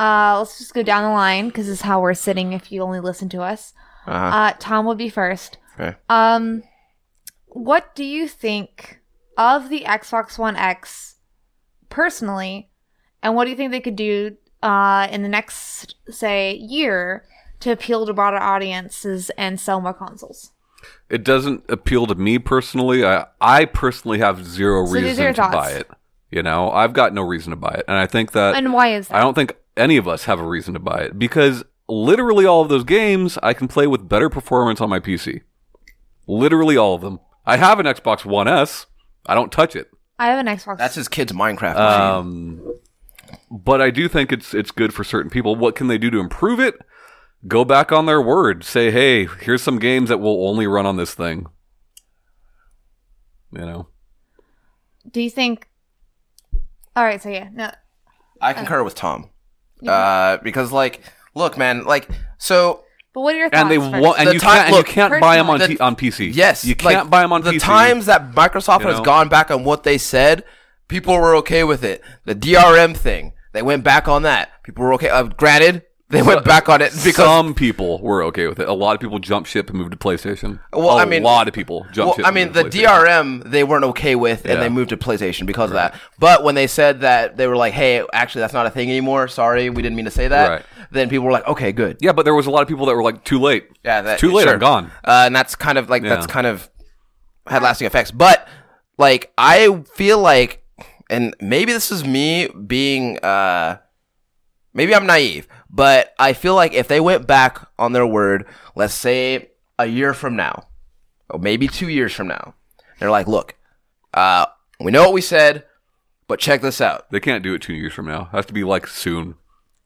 S3: uh, let's just go down the line because this is how we're sitting. If you only listen to us,
S1: Uh-huh.
S3: uh, Tom will be first.
S1: Okay.
S3: Um, what do you think of the Xbox One X personally, and what do you think they could do uh, in the next, say, year to appeal to broader audiences and sell more consoles?
S2: It doesn't appeal to me personally. I I personally have zero
S3: So these are
S2: reason
S3: your
S2: to
S3: thoughts.
S2: buy it. You know, I've got no reason to buy it, and I think that
S3: And why is that?
S2: uh, I don't think any of us have a reason to buy it because literally all of those games I can play with better performance on my PC. Literally all of them. I have an Xbox One S. I don't touch it.
S3: I have an Xbox.
S1: That's his kid's Minecraft machine.
S2: Um, but I do think it's it's good for certain people. What can they do to improve it? Go back on their word. Say, hey, here's some games that will only run on this thing. You know,
S3: Do you think? All right, so yeah, no,
S1: I
S2: Oh.
S1: concur with Tom. Uh, because like, look, man, like, so
S3: but what are your thoughts?
S2: and they
S3: first?
S2: won't, and
S1: The
S2: you
S1: time-
S2: can't,
S1: look,
S2: and you can't buy them on
S1: the-
S2: P- on PC.
S1: yes,
S2: you can't
S1: like,
S2: 'em buy them on
S1: the
S2: PC.
S1: times that Microsoft
S2: you
S1: has
S2: know?
S1: gone back on what they said. People were okay with it. The DRM thing, they went back on that. People were okay. Uh, granted, they went back on it because
S2: some people were okay with it. A lot of people jumped ship and moved to PlayStation.
S1: Well,
S2: I
S1: I mean-
S2: a lot of people jumped.
S1: Well,
S2: ship
S1: I
S2: and
S1: mean,
S2: moved
S1: the
S2: to PlayStation.
S1: DRM they weren't okay with, and
S2: Yeah.
S1: they moved to PlayStation because of that. But when they said that they were like, "Hey, actually, that's not a thing anymore. Sorry, we didn't mean to say that."
S2: Right.
S1: Then people were like, "Okay, good."
S2: Yeah, but there was a lot of people that were like, "Too late.
S1: Yeah,
S2: It's
S1: that,
S2: too late.
S1: sure.
S2: I'm gone."
S1: Uh, and that's kind of like that's
S2: Yeah.
S1: kind of had lasting effects. But like, I feel like, and maybe this is me being, uh, maybe I'm naive, but I feel like if they went back on their word, let's say a year from now, or maybe two years from now, they're like, look, uh, we know what we said, but check this out.
S2: They can't do it two years from now. It has to be like soon.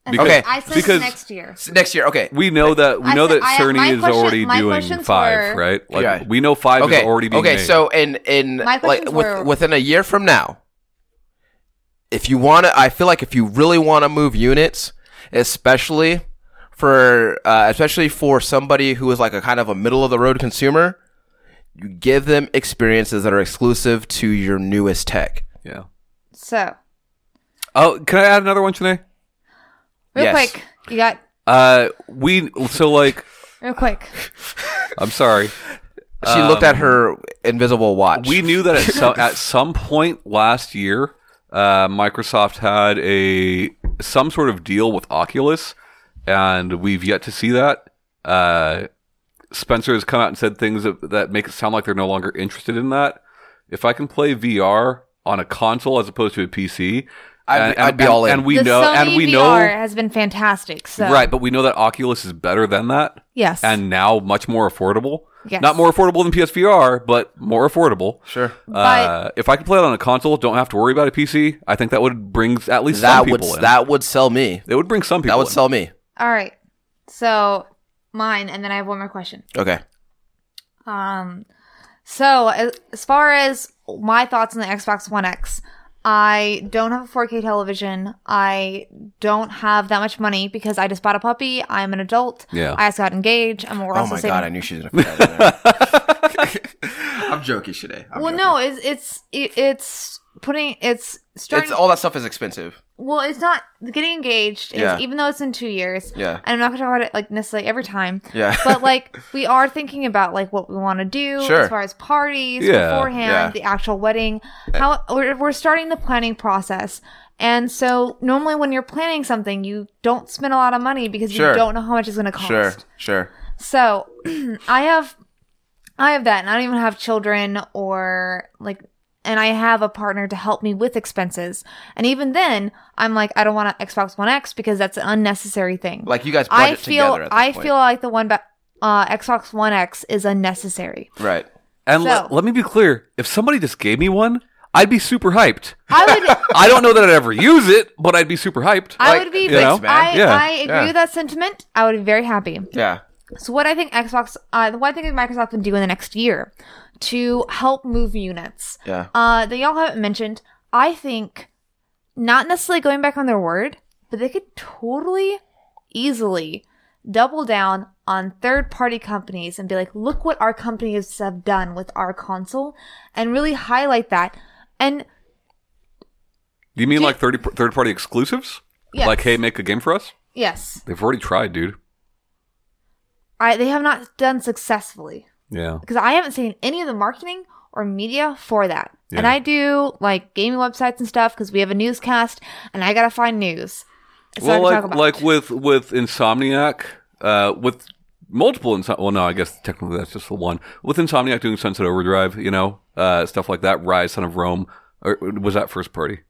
S1: Okay.
S3: I said
S2: because-
S3: next year.
S1: S- next year, okay.
S2: We know that we
S3: I
S2: know
S3: said-
S2: that
S3: I-
S2: Cerny
S3: my
S2: is
S3: question-
S2: already
S3: my
S2: doing
S3: questions
S2: five,
S3: were-
S2: right? Like
S1: Yeah.
S2: we know five
S1: okay.
S2: is already being
S1: okay.
S2: made.
S1: So in in
S3: My
S1: like
S3: questions
S1: with,
S3: were-
S1: within a year from now, if you want to, I feel like if you really want to move units, especially for uh, especially for somebody who is like a kind of a middle of the road consumer, you give them experiences that are exclusive to your newest tech.
S2: yeah.
S3: So
S2: Oh, can I add another one, Shanae?
S3: real
S1: Yes.
S3: quick, you got
S2: Uh, we so like
S3: real quick.
S2: I'm sorry.
S1: She looked at her invisible watch.
S2: Um, We knew that at some at some point last year, uh, Microsoft had a some sort of deal with Oculus, and we've yet to see that. Uh, Spencer has come out and said things that, that make it sound like they're no longer interested in that. If I can play VR on a console as opposed to a PC,
S1: I'd be- I'd be all in.
S2: And we
S3: the
S2: know,
S3: Sony
S2: and we
S3: VR
S2: know,
S3: has been fantastic. So
S2: right? But we know that Oculus is better than that,
S3: Yes.
S2: and now much more affordable.
S3: Yes.
S2: Not more affordable than PSVR, but more affordable.
S1: sure
S2: Uh, if I could play it on a console, don't have to worry about a PC. I think that would bring at least
S1: that
S2: some
S1: would
S2: people in.
S1: that would sell me.
S2: it would bring some people.
S1: That would
S2: in.
S1: sell me.
S3: All right. So mine, and then I have one more question.
S1: Okay.
S3: Um, so as, as far as my thoughts on the Xbox One X, I don't have a 4K television. I don't have that much money because I just bought a puppy. I'm an adult.
S2: Yeah.
S3: I just got engaged. I'm we're
S1: Oh
S3: also
S1: my
S3: saving.
S1: god! I knew she was gonna put that in there. I'm joking today. I'm
S3: well,
S1: joking.
S3: no, it's it's it, it's putting it's starting.
S1: It's all that stuff is expensive.
S3: well, it's not getting engaged. Is,
S1: Yeah.
S3: Even though it's in two years.
S1: Yeah.
S3: And I'm not going to talk about it like necessarily every time.
S1: Yeah.
S3: but like we are thinking about like what we want to do
S1: Sure.
S3: as far as parties
S2: Yeah.
S3: beforehand
S1: Yeah. Eh.
S3: the actual wedding how we're, we're starting the planning process and so normally when you're planning something you don't spend a lot of money because
S1: Sure.
S3: you don't know how much it's going to cost
S1: sure, sure.
S3: so i have i have that and i don't even have children or like and i have a partner to help me with expenses and even then i'm like i don't want an xbox one x because that's an unnecessary thing
S1: Like you guys budget
S3: I feel
S1: together. At this
S3: I
S1: point.
S3: feel like the one ba- uh, Xbox One X is unnecessary.
S1: right.
S2: And le-
S3: So-
S2: let me be clear: if somebody just gave me one, I'd be super hyped.
S3: I would
S2: I don't know that I'd ever use it, but I'd be super hyped.
S3: I
S1: Like,
S3: would be
S1: you know?
S2: Thanks,
S3: I,
S1: man.
S2: Yeah,
S3: I agree
S1: yeah.
S3: with that sentiment. I would be very happy.
S1: Yeah,
S3: So what I think Xbox uh, what I think Microsoft would do in the next year to help move units
S1: yeah.
S3: uh, that y'all haven't mentioned. I think not necessarily going back on their word, but they could totally easily double down on third party companies and be like, look what our companies have done with our console and really highlight that. And
S2: do you mean
S3: do-
S2: like 30, third party exclusives?
S3: Yes.
S2: Like, hey, make a game for us?
S3: yes,
S2: They've already tried, dude.
S3: I, they have not done successfully
S2: Yeah.
S3: because I haven't seen any of the marketing or media for that. And
S2: Yeah.
S3: I do like gaming websites and stuff because we have a newscast and I got to find news. So I
S2: well,
S3: can
S2: like
S3: talk about
S2: like
S3: it.
S2: with with Insomniac, uh, with multiple Insom- well, no, I guess technically that's just the one. With Insomniac doing Sunset Overdrive, you know, uh, stuff like that. Rise, Son of Rome, or was that first party?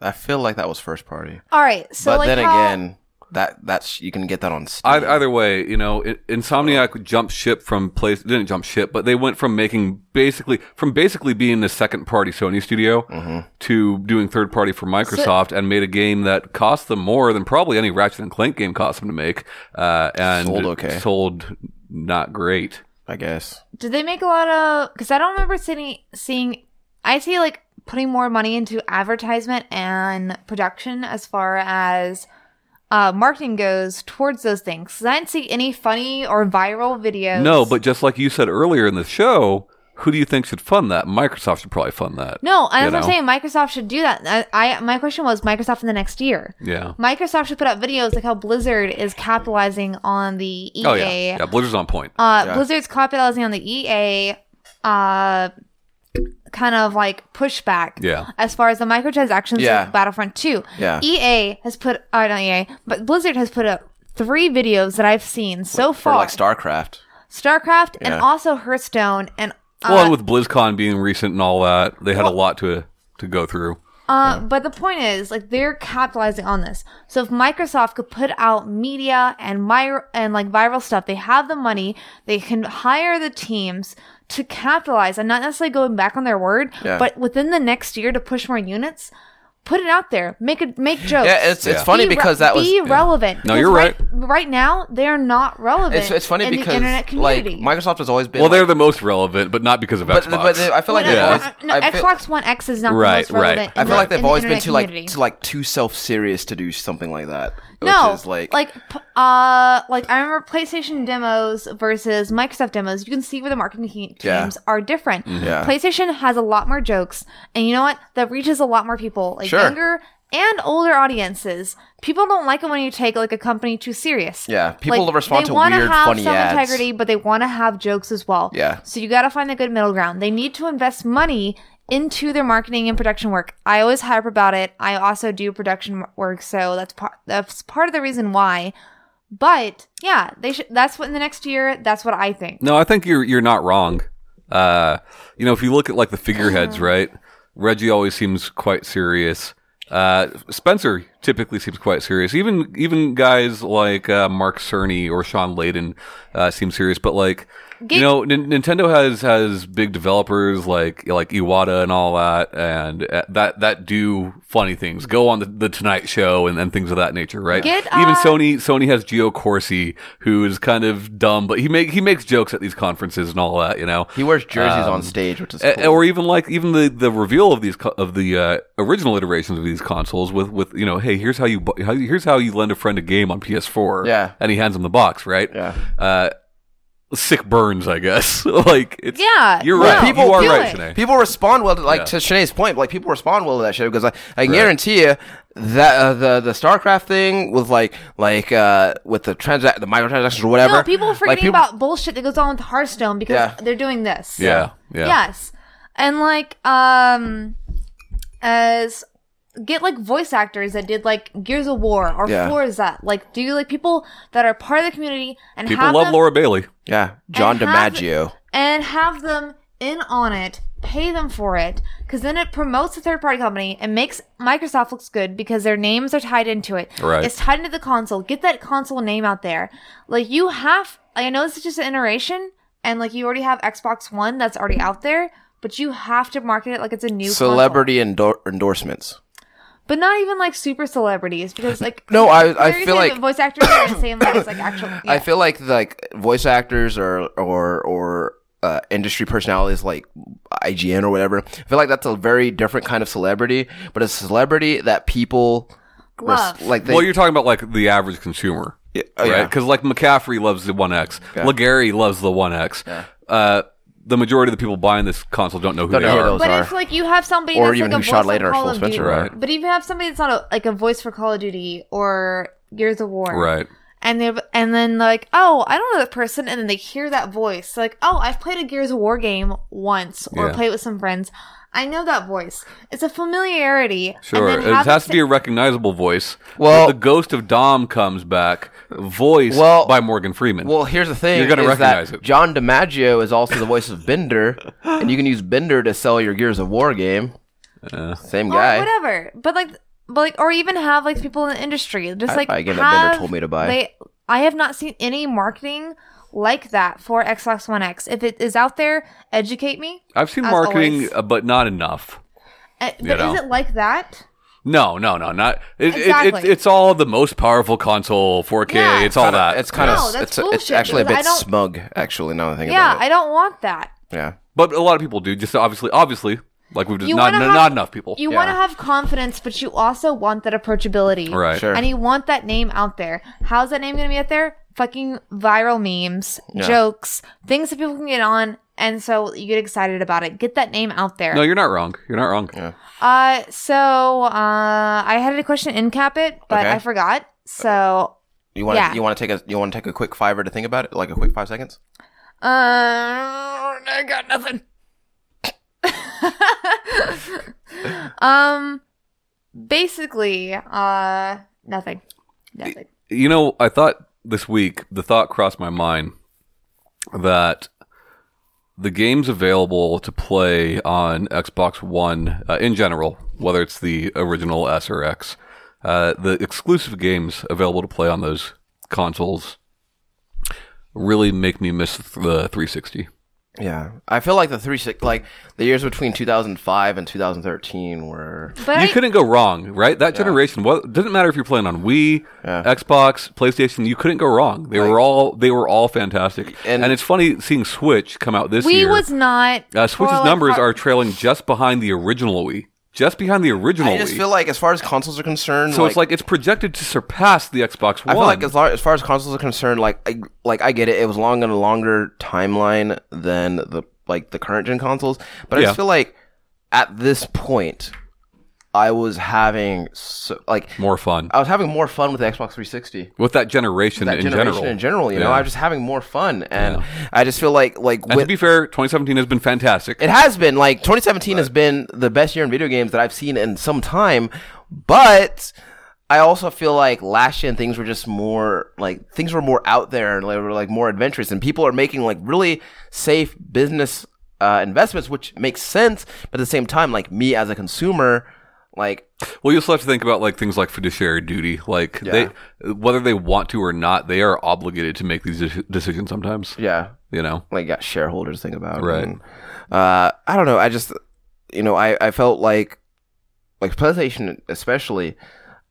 S1: I feel like that was first party.
S3: All right. So
S1: but
S3: like
S1: then
S3: how-
S1: again, that that's you can get that on Steam.
S2: Ei- either way, you know, I- Insomniac jumped ship from place didn't jump ship, but they went from making basically from basically being the second party Sony studio
S1: Mm-hmm.
S2: to doing third party for Microsoft and made a game that cost them more than probably any Ratchet and Clank game cost them to make, uh, and
S1: Sold okay.
S2: sold not great.
S1: I guess.
S3: Did they make a lot of? Because I don't remember seeing seeing. I see like putting more money into advertisement and production as far as uh, marketing goes towards those things. 'Cause I didn't see any funny or viral videos.
S2: No, but just like you said earlier in the show, who do you think should fund that? Microsoft should probably fund that.
S3: no,
S2: you
S3: that's what I'm
S2: know.
S3: saying. Microsoft should do that. I, I my question was Microsoft in the next year.
S2: Yeah.
S3: Microsoft should put out videos like how Blizzard is capitalizing on the EA
S2: Oh yeah. Yeah. Blizzard's on point.
S3: Uh,
S1: Yeah.
S3: Blizzard's capitalizing on the EA uh, kind of like pushback.
S2: Yeah.
S3: As far as the microtransactions
S1: Yeah.
S3: with Battlefront 2.
S1: Yeah.
S3: EA has put, oh, not EA, but Blizzard has put up three videos that I've seen so
S1: For
S3: far
S1: like StarCraft.
S3: StarCraft and
S1: Yeah.
S3: also Hearthstone. And, uh,
S2: well, and with BlizzCon being recent and all that, they had a lot to to go through.
S3: uh, but the point is, like, they're capitalizing on this. So if Microsoft could put out media and my, and like viral stuff, they have the money, they can hire the teams to capitalize and not necessarily going back on their word,
S1: Yeah.
S3: but within the next year to push more units, put it out there, make it, make jokes.
S1: Yeah, it's it's
S2: Yeah.
S1: funny
S3: Be re-
S1: because that was
S3: be relevant.
S2: No,
S3: Because
S2: you're
S3: right. Right now, they're not relevant.
S1: it's, it's funny
S3: in
S1: because
S3: the internet
S1: like
S3: community.
S1: Microsoft has always been
S2: Well, they're
S1: like-
S2: the most relevant, but not because of
S1: but,
S2: Xbox.
S1: but they- I feel like they've
S3: Well,
S2: yeah.
S3: no,
S1: always
S3: no,
S1: I feel,
S3: Xbox One X is not the
S2: Right,
S3: most relevant.
S2: right.
S3: in
S1: I feel
S3: the-
S1: like
S3: in
S1: they've
S3: the
S1: always been
S3: internet
S1: too like
S3: community.
S1: too like too self serious to do something like that.
S3: no,
S1: which is like,
S3: like p- uh, like I remember PlayStation demos versus Microsoft demos. You can see where the marketing he- teams
S1: Yeah. Mm-hmm.
S3: are different.
S1: Yeah.
S3: PlayStation has a lot more jokes, and you know what? That reaches a lot more people, like
S1: Sure.
S3: younger and older audiences. People don't like it when you take like a company too serious.
S1: yeah, people
S3: Like,
S1: respond
S3: they
S1: to
S3: wanna
S1: weird,
S3: have
S1: funny
S3: some
S1: ads.
S3: integrity, but they want to have jokes as well.
S1: Yeah.
S3: So you got to find the good middle ground. They need to invest money into their marketing and production work. I always hype about it. I also do production work, so that's part that's part of the reason why. But yeah, they should. That's what in the next year. That's what I think.
S2: No, I think you're you're not wrong. Uh, you know, if you look at like the figureheads, right? Reggie always seems quite serious. Uh, Spencer typically seems quite serious. Even even guys like uh, Mark Cerny or Sean Layden uh, seem serious. But like,
S3: Gate-
S2: you know, N- Nintendo has has big developers like like Iwata and all that, and uh, that that do funny things. Go on the, the Tonight Show and, and things of that nature, right?
S3: Get,
S2: Even
S3: uh,
S2: so, Sony Sony has Gio Corsi, who is kind of dumb, but he make he makes jokes at these conferences and all that, you know.
S1: He wears jerseys on stage, which is
S2: A-
S1: cool.
S2: Or even like even the, the reveal of these co- of the uh, original iterations of these consoles with with you know hey here's how you bu- how, here's how you lend a friend a game on PS4
S1: Yeah.
S2: and he hands him the box right
S1: Yeah.
S2: uh, sick burns I guess like it's
S3: Yeah,
S2: you're
S3: no,
S2: right
S1: people-
S2: you are
S3: do
S2: right
S3: it.
S2: Sinead.
S1: People respond well to like
S2: Yeah.
S1: to Sinead's point. Like people respond well to that shit because like, I guarantee you that uh, the the StarCraft thing with like like uh with the transa- the microtransactions or whatever.
S3: No, people are
S1: like,
S3: forgetting
S1: people-
S3: about bullshit that goes on with Hearthstone because
S1: Yeah.
S3: they're doing this.
S2: Yeah, yeah.
S3: Yes. And like um as get like voice actors that did like Gears of War or
S1: Yeah.
S3: Forza. Like do like people that are part of the community and
S2: people
S3: have
S2: love
S3: them,
S2: Laura Bailey
S1: Yeah, John
S3: and have-
S1: DiMaggio.
S3: and have them in on it, pay them for it, because then it promotes the third party company and makes Microsoft looks good because their names are tied into it.
S2: Right.
S3: It's tied into the console. Get that console name out there. Like you have, I know this is just an iteration, and like you already have Xbox One that's already out there, but you have to market it like it's a new console.
S1: Celebrity endor- endorsements.
S3: but not even like super celebrities because like
S1: No, I- I
S3: you're
S1: feel
S3: saying
S1: like-
S3: that voice actors are the same as like actual.
S1: I feel like like voice actors or or or uh, industry personalities like IGN or whatever. I feel like that's a very different kind of celebrity, but a celebrity that people res-
S3: Love.
S1: like they
S2: well you're talking about like the average consumer
S1: Yeah, oh, yeah.
S2: right? Because like McCaffrey loves the One X, Legary loves the One X. Uh, the majority of the people buying this console don't know who
S1: Don't
S2: they
S1: know who
S2: are.
S1: those
S3: But
S1: are.
S3: if like you have somebody
S1: Or
S3: that's
S1: even
S3: like
S1: who
S3: a
S1: shot
S3: voice
S1: later,
S3: on Call
S1: Phil
S3: of
S1: Spencer,
S3: Duty,
S2: right.
S3: but if you have somebody that's not a, like a voice for Call of Duty or Gears of War,
S2: Right.
S3: And they and then like oh I don't know that person, and then they hear that voice like oh I've played a Gears of War game once or
S2: Yeah.
S3: played with some friends. I know that voice. It's a familiarity.
S2: Sure,
S3: And
S2: it
S3: then have
S2: has
S3: the
S2: to be a recognizable voice.
S1: Well-
S2: the ghost of Dom comes back, voiced
S1: Well-
S2: by Morgan Freeman.
S1: Well, here's the thing:
S2: You're gonna
S1: is
S2: recognize
S1: that
S2: it.
S1: John DiMaggio is also the voice of Bender,
S2: Uh,
S1: and you can use Bender to sell your Gears of War game. Same
S3: or
S1: guy.
S3: whatever. But like but like, or even have like people in the industry just
S1: I-
S3: like
S1: again, that vendor
S3: have,
S1: told me to buy.
S3: They, I have not seen any marketing like that for Xbox One X. If it is out there, educate me.
S2: I've seen
S3: As
S2: marketing,
S3: always.
S2: uh, but not enough.
S3: Uh, But
S2: know.
S3: is it like that?
S2: No, no, no, not. It, it, it,
S3: Exactly.
S2: it's all the most powerful console, 4K.
S3: Yeah.
S2: It's all that.
S1: It's kind of
S3: No,
S1: it's it's
S3: that's bullshit,
S1: actually a
S3: because
S1: bit
S3: I don't-
S1: smug. Actually, now that I think
S3: Yeah,
S1: about
S3: I
S1: it.
S3: don't want that.
S1: yeah.
S2: but a lot of people do. Just obviously, obviously, like we've just
S3: You
S2: not,
S3: wanna
S2: not
S3: have-
S2: enough people.
S3: You want to
S1: Yeah.
S3: have confidence, but you also want that approachability.
S2: right.
S1: Sure.
S3: And you want that name out there. How's that name going to be out there? Fucking viral memes,
S1: Yeah.
S3: jokes, things that people can get on. And so you get excited about it. Get that name out there.
S2: No, you're not wrong. You're not wrong.
S3: Uh, so uh, I had a question in cap it, but
S1: Okay.
S3: I forgot. So
S1: You want to
S3: Yeah.
S1: you want to take a you want to take a quick fiver to think about it, like a quick five seconds.
S3: uh, I got nothing. um, basically, uh, nothing. Nothing.
S2: You know, I thought this week the thought crossed my mind that the games available to play on Xbox One uh, in general, whether it's the original S or X, uh, the exclusive games available to play on those consoles really make me miss the 360.
S1: Yeah, I feel like the three six like the years between 2005 and 2013 were
S3: But
S2: you
S3: I,
S2: couldn't go wrong, right? That generation, what doesn't matter if you're playing on Wii,
S1: Yeah.
S2: Xbox, PlayStation, you couldn't go wrong. They were all they were all fantastic. And,
S1: And-
S2: it's funny seeing Switch come out this
S3: we
S2: year.
S3: was not.
S2: uh, Switch's
S3: Well,
S2: numbers
S3: like,
S2: are trailing just behind the original Wii, just behind the original
S1: I just
S2: Wii.
S1: feel like as far as consoles are concerned,
S2: so it's like it's projected to surpass the Xbox One.
S1: I feel like as, lar- as far as consoles are concerned, like I, like I get it, it was long and a longer timeline than the like the current gen consoles, but I
S2: Yeah.
S1: just feel like at this point, I was having so, like
S2: more fun
S1: I was having more fun with the Xbox 360.
S2: with that generation
S1: Uh, That
S2: in
S1: generation
S2: general.
S1: in general, you know,
S2: Yeah.
S1: I was just having more fun, and I just feel like like
S2: and
S1: with
S2: to be fair, 2017 has been fantastic.
S1: it has been like 2017 has been the best year in video games that I've seen in some time, but I also feel like last year and things were just more like things were more out there and they were like more adventurous and people are making like really safe business uh, investments, which makes sense. But at the same time, like me as a consumer, like
S2: Well, you also have to think about like things like fiduciary duty, like they whether they want to or not, they are obligated to make these de- decisions sometimes.
S1: yeah,
S2: You know,
S1: like got shareholders think about
S2: Right.
S1: And, uh, I don't know. I just you know I I felt like like PlayStation especially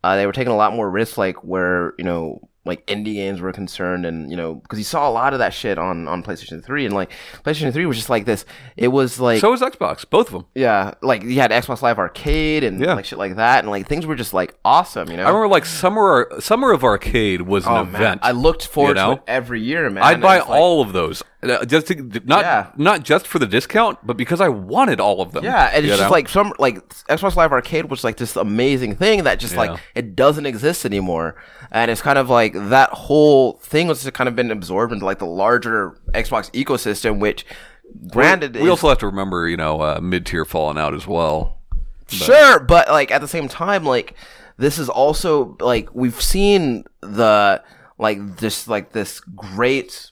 S1: uh, they were taking a lot more risks like where you know like indie games were concerned and you know because you saw a lot of that shit on on PlayStation Three and like PlayStation Three was just like this. It was like
S2: so is Xbox, both of them.
S1: yeah, like you had Xbox Live Arcade and
S2: Yeah.
S1: like shit like that and like things were just like awesome. You know.
S2: I remember like summer summer of arcade was an
S1: Oh, man.
S2: event.
S1: I looked forward
S2: you know?
S1: to it every year, man.
S2: I'd
S1: It
S2: buy
S1: was like-
S2: all of those, Uh, just to, not
S1: Yeah.
S2: not just for the discount, but because I wanted all of them.
S1: Yeah, and it's
S2: you
S1: just
S2: know?
S1: like some like Xbox Live Arcade was like this amazing thing that just
S2: Yeah.
S1: like it doesn't exist anymore, and it's kind of like that whole thing was just kind of been absorbed into like the larger Xbox ecosystem, which granted
S2: we
S1: is-
S2: also have to remember, you know, uh, mid tier falling out as well.
S1: sure, but like at the same time, like this is also like we've seen the like this like this great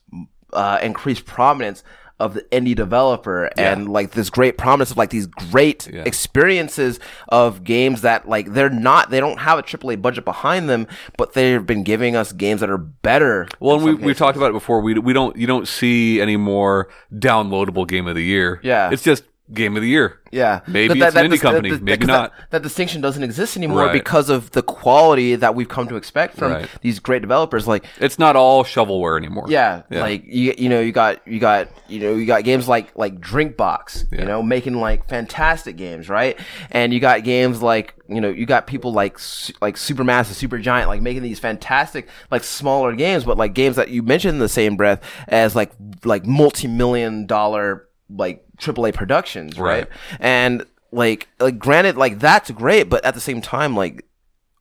S1: uh, increased prominence of the indie developer and like this great prominence of like these great experiences of games that like they're not they don't have a AAA budget behind them, but they've been giving us games that are better.
S2: Well, and we we've talked about it before. We we don't you don't see any more downloadable game of the year.
S1: Yeah.
S2: it's just game of the year.
S1: Yeah,
S2: Maybe it's an indie
S1: dis-
S2: company,
S1: that-
S2: maybe
S1: because
S2: not.
S1: That, that distinction doesn't exist anymore
S2: Right.
S1: because of the quality that we've come to expect from
S2: Right.
S1: these great developers. Like,
S2: It's not all shovelware anymore.
S1: yeah,
S2: Yeah.
S1: like you, you know, you got, you got, you know, you got games like like Drinkbox,
S2: Yeah.
S1: you know, making like fantastic games, right? And you got games like, you know, you got people like Su- like Supermassive, Supergiant, like making these fantastic like smaller games, but like games that you mentioned in the same breath as like like multi million dollar like AAA productions, right?
S2: Right.
S1: And like like granted, like that's great, but at the same time, like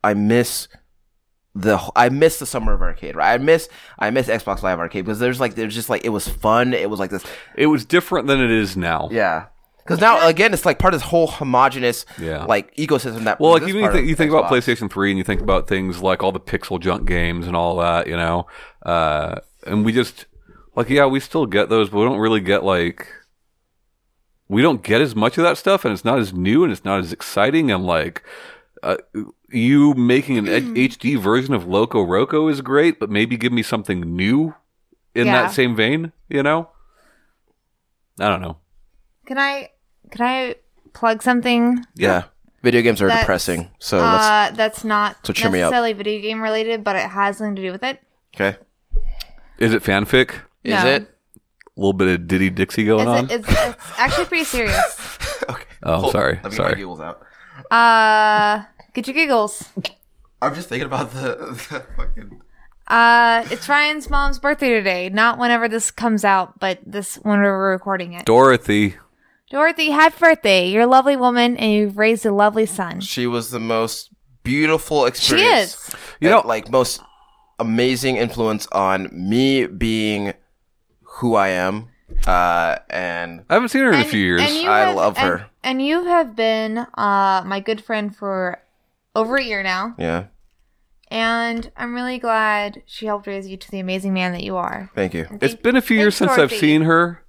S1: I miss the I miss the summer of arcade. Right, I miss I miss Xbox Live Arcade because there's like there's just like it was fun. It was like this,
S2: It was different than it is now.
S1: yeah. Because now again, it's like part of this whole homogenous
S2: Yeah.
S1: like ecosystem that.
S2: Well, like
S1: this
S2: even you
S1: part
S2: think,
S1: of
S2: you think about
S1: Xbox.
S2: PlayStation Three, and you think about things like all the pixel junk games and all that, you know. Uh, and we just like, yeah, we still get those, but we don't really get like, we don't get as much of that stuff, and it's not as new, and it's not as exciting, and like, uh, you making an
S1: Mm.
S2: H- HD version of Loco Roco is great, but maybe give me something new in
S3: Yeah.
S2: that same vein, you know? I don't know.
S3: Can I can I plug something?
S1: Yeah. Video games are
S3: That's,
S1: depressing.
S2: Oh,
S1: So let's.
S3: uh, that's not
S1: so cheer me up.
S3: necessarily video game related, but it has something to do with it.
S1: Okay.
S2: Is it fanfic?
S1: Is
S3: No.
S1: it?
S2: A little bit of Diddy Dixie going on?
S3: It's, it's, it's actually pretty serious.
S1: Okay.
S2: Oh,
S1: Hold-
S2: sorry,
S1: Let me get
S2: sorry.
S1: my giggles out.
S3: Uh, get your giggles.
S1: I'm just thinking about the, the fucking.
S3: Uh, it's Ryan's mom's birthday today. Not whenever this comes out, but this whenever we're recording it.
S2: Dorothy.
S3: Dorothy, happy birthday! You're a lovely woman, and you've raised a lovely son.
S1: She was the most beautiful experience.
S2: You
S1: Uh,
S2: know-
S1: like most amazing influence on me being who I am. Uh, and
S2: I haven't seen her in a few years.
S3: you
S1: I love
S3: and-
S1: her.
S3: And you have been uh, my good friend for over a year now,
S1: yeah,
S3: and I'm really glad she helped raise you to the amazing man that you are.
S1: thank you.
S2: It's been a few years
S3: Thanks,
S2: since I've
S3: Dorothy.
S2: seen her,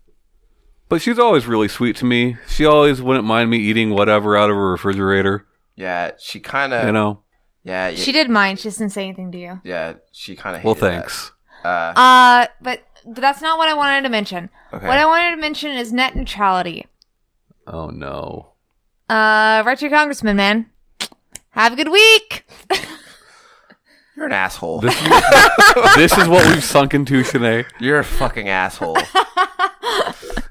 S2: but she's always really sweet to me. She always wouldn't mind me eating whatever out of her refrigerator.
S1: Yeah, she kind of.
S2: you know.
S1: Yeah, yeah,
S3: She
S1: she,
S3: did mine. She just didn't say anything to you.
S1: yeah, she kind of.
S2: Well, thanks.
S1: Uh,
S3: Uh, but but that's not what I wanted to mention.
S1: okay.
S3: What I wanted to mention is net neutrality.
S2: Oh no.
S3: Uh, write to your congressman, man. Have a good week.
S1: You're an asshole.
S2: This, this is what we've sunk into, Shanae.
S1: You're a fucking asshole.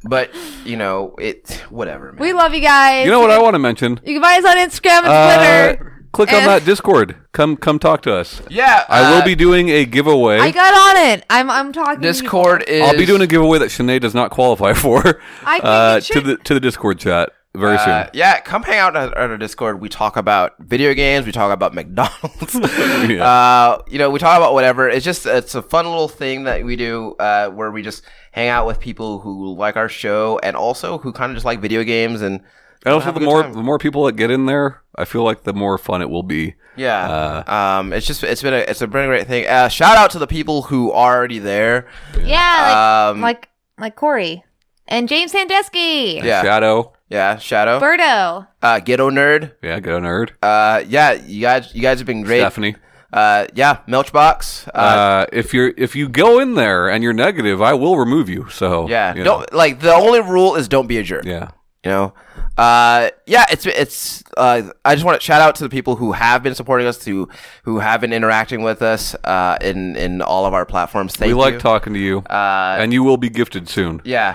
S1: but you know it. Whatever, man.
S3: We love you guys.
S2: You know what I want to mention?
S3: You can find us on Instagram and
S2: Uh,
S3: Twitter.
S2: click on
S3: And-
S2: that Discord. Come, come talk to us.
S1: yeah,
S2: I will
S1: uh,
S2: be doing a giveaway.
S3: I got on it. I'm I'm talking. to you.
S1: Discord is.
S2: I'll be doing a giveaway that Shanae does not qualify for.
S3: I think
S2: uh,
S3: it
S2: to
S3: should-
S2: the to the Discord chat very
S1: Uh,
S2: soon.
S1: yeah, come hang out on on our Discord. We talk about video games. We talk about McDonald's.
S2: Yeah.
S1: uh, you know, we talk about whatever. It's just it's a fun little thing that we do uh, where we just hang out with people who like our show and also who kind of just like video games and
S2: And also,
S1: have a
S2: the
S1: good
S2: more
S1: time.
S2: the more people that get in there, I feel like the more fun it will be.
S1: yeah. um, it's just it's been a it's a been a great thing. Uh, shout out to the people who are already there.
S3: Yeah, like
S1: Um,
S3: like, like Corey and James Sandusky,
S1: Yeah.
S2: Shadow.
S1: yeah, Shadow,
S3: Birdo.
S1: uh, Ghetto Nerd.
S2: Yeah, go nerd.
S1: Uh, yeah, you guys you guys have been great.
S2: Stephanie.
S1: Uh, yeah, Melchbox.
S2: Uh, if you're if you go in there and you're negative, I will remove you. So
S1: Yeah.
S2: you know.
S1: Don't like the only rule is don't be a jerk.
S2: yeah.
S1: You know. Uh, yeah. It's it's. Uh, I just want to shout out to the people who have been supporting us, who who have been interacting with us uh, in in all of our platforms. Thank
S2: We
S1: you.
S2: like talking to you,
S1: Uh,
S2: and you will be gifted soon.
S1: yeah.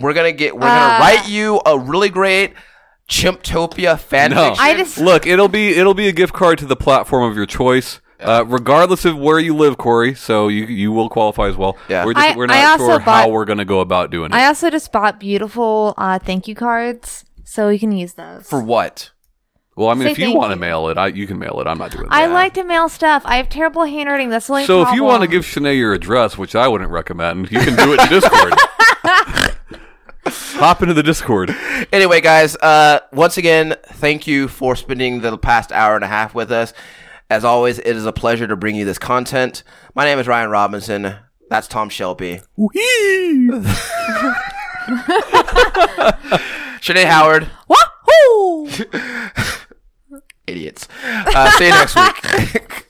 S1: We're gonna get. We're
S3: Uh,
S1: gonna write you a really great Chimptopia fan
S2: No,
S1: fiction.
S3: I just-
S2: look. It'll be it'll be a gift card to the platform of your choice, uh, regardless of where you live, Corey. So you you will qualify as well.
S1: Yeah.
S2: We're, just,
S3: I-
S2: we're
S3: I
S2: not
S3: also
S2: sure how
S3: bought-
S2: we're gonna go about doing it.
S3: I also just bought beautiful uh, thank you cards, so you can use those.
S1: for what?
S2: well, I mean,
S3: Say
S2: if you
S3: thank
S2: want to
S3: you.
S2: mail it, I, you can mail it. I'm not doing that.
S3: I like to mail stuff. I have terrible handwriting. That's the only
S2: So if you want to
S3: problem.
S2: give Shanae your address, which I wouldn't recommend, you can do it in Discord. Hop into the Discord.
S1: Anyway, guys, uh, once again, thank you for spending the past hour and a half with us. As always, it is a pleasure to bring you this content. My name is Ryan Robinson. That's Tom Shelby. Shanae Howard.
S3: Wahoo!
S1: Idiots. Uh, see you next week.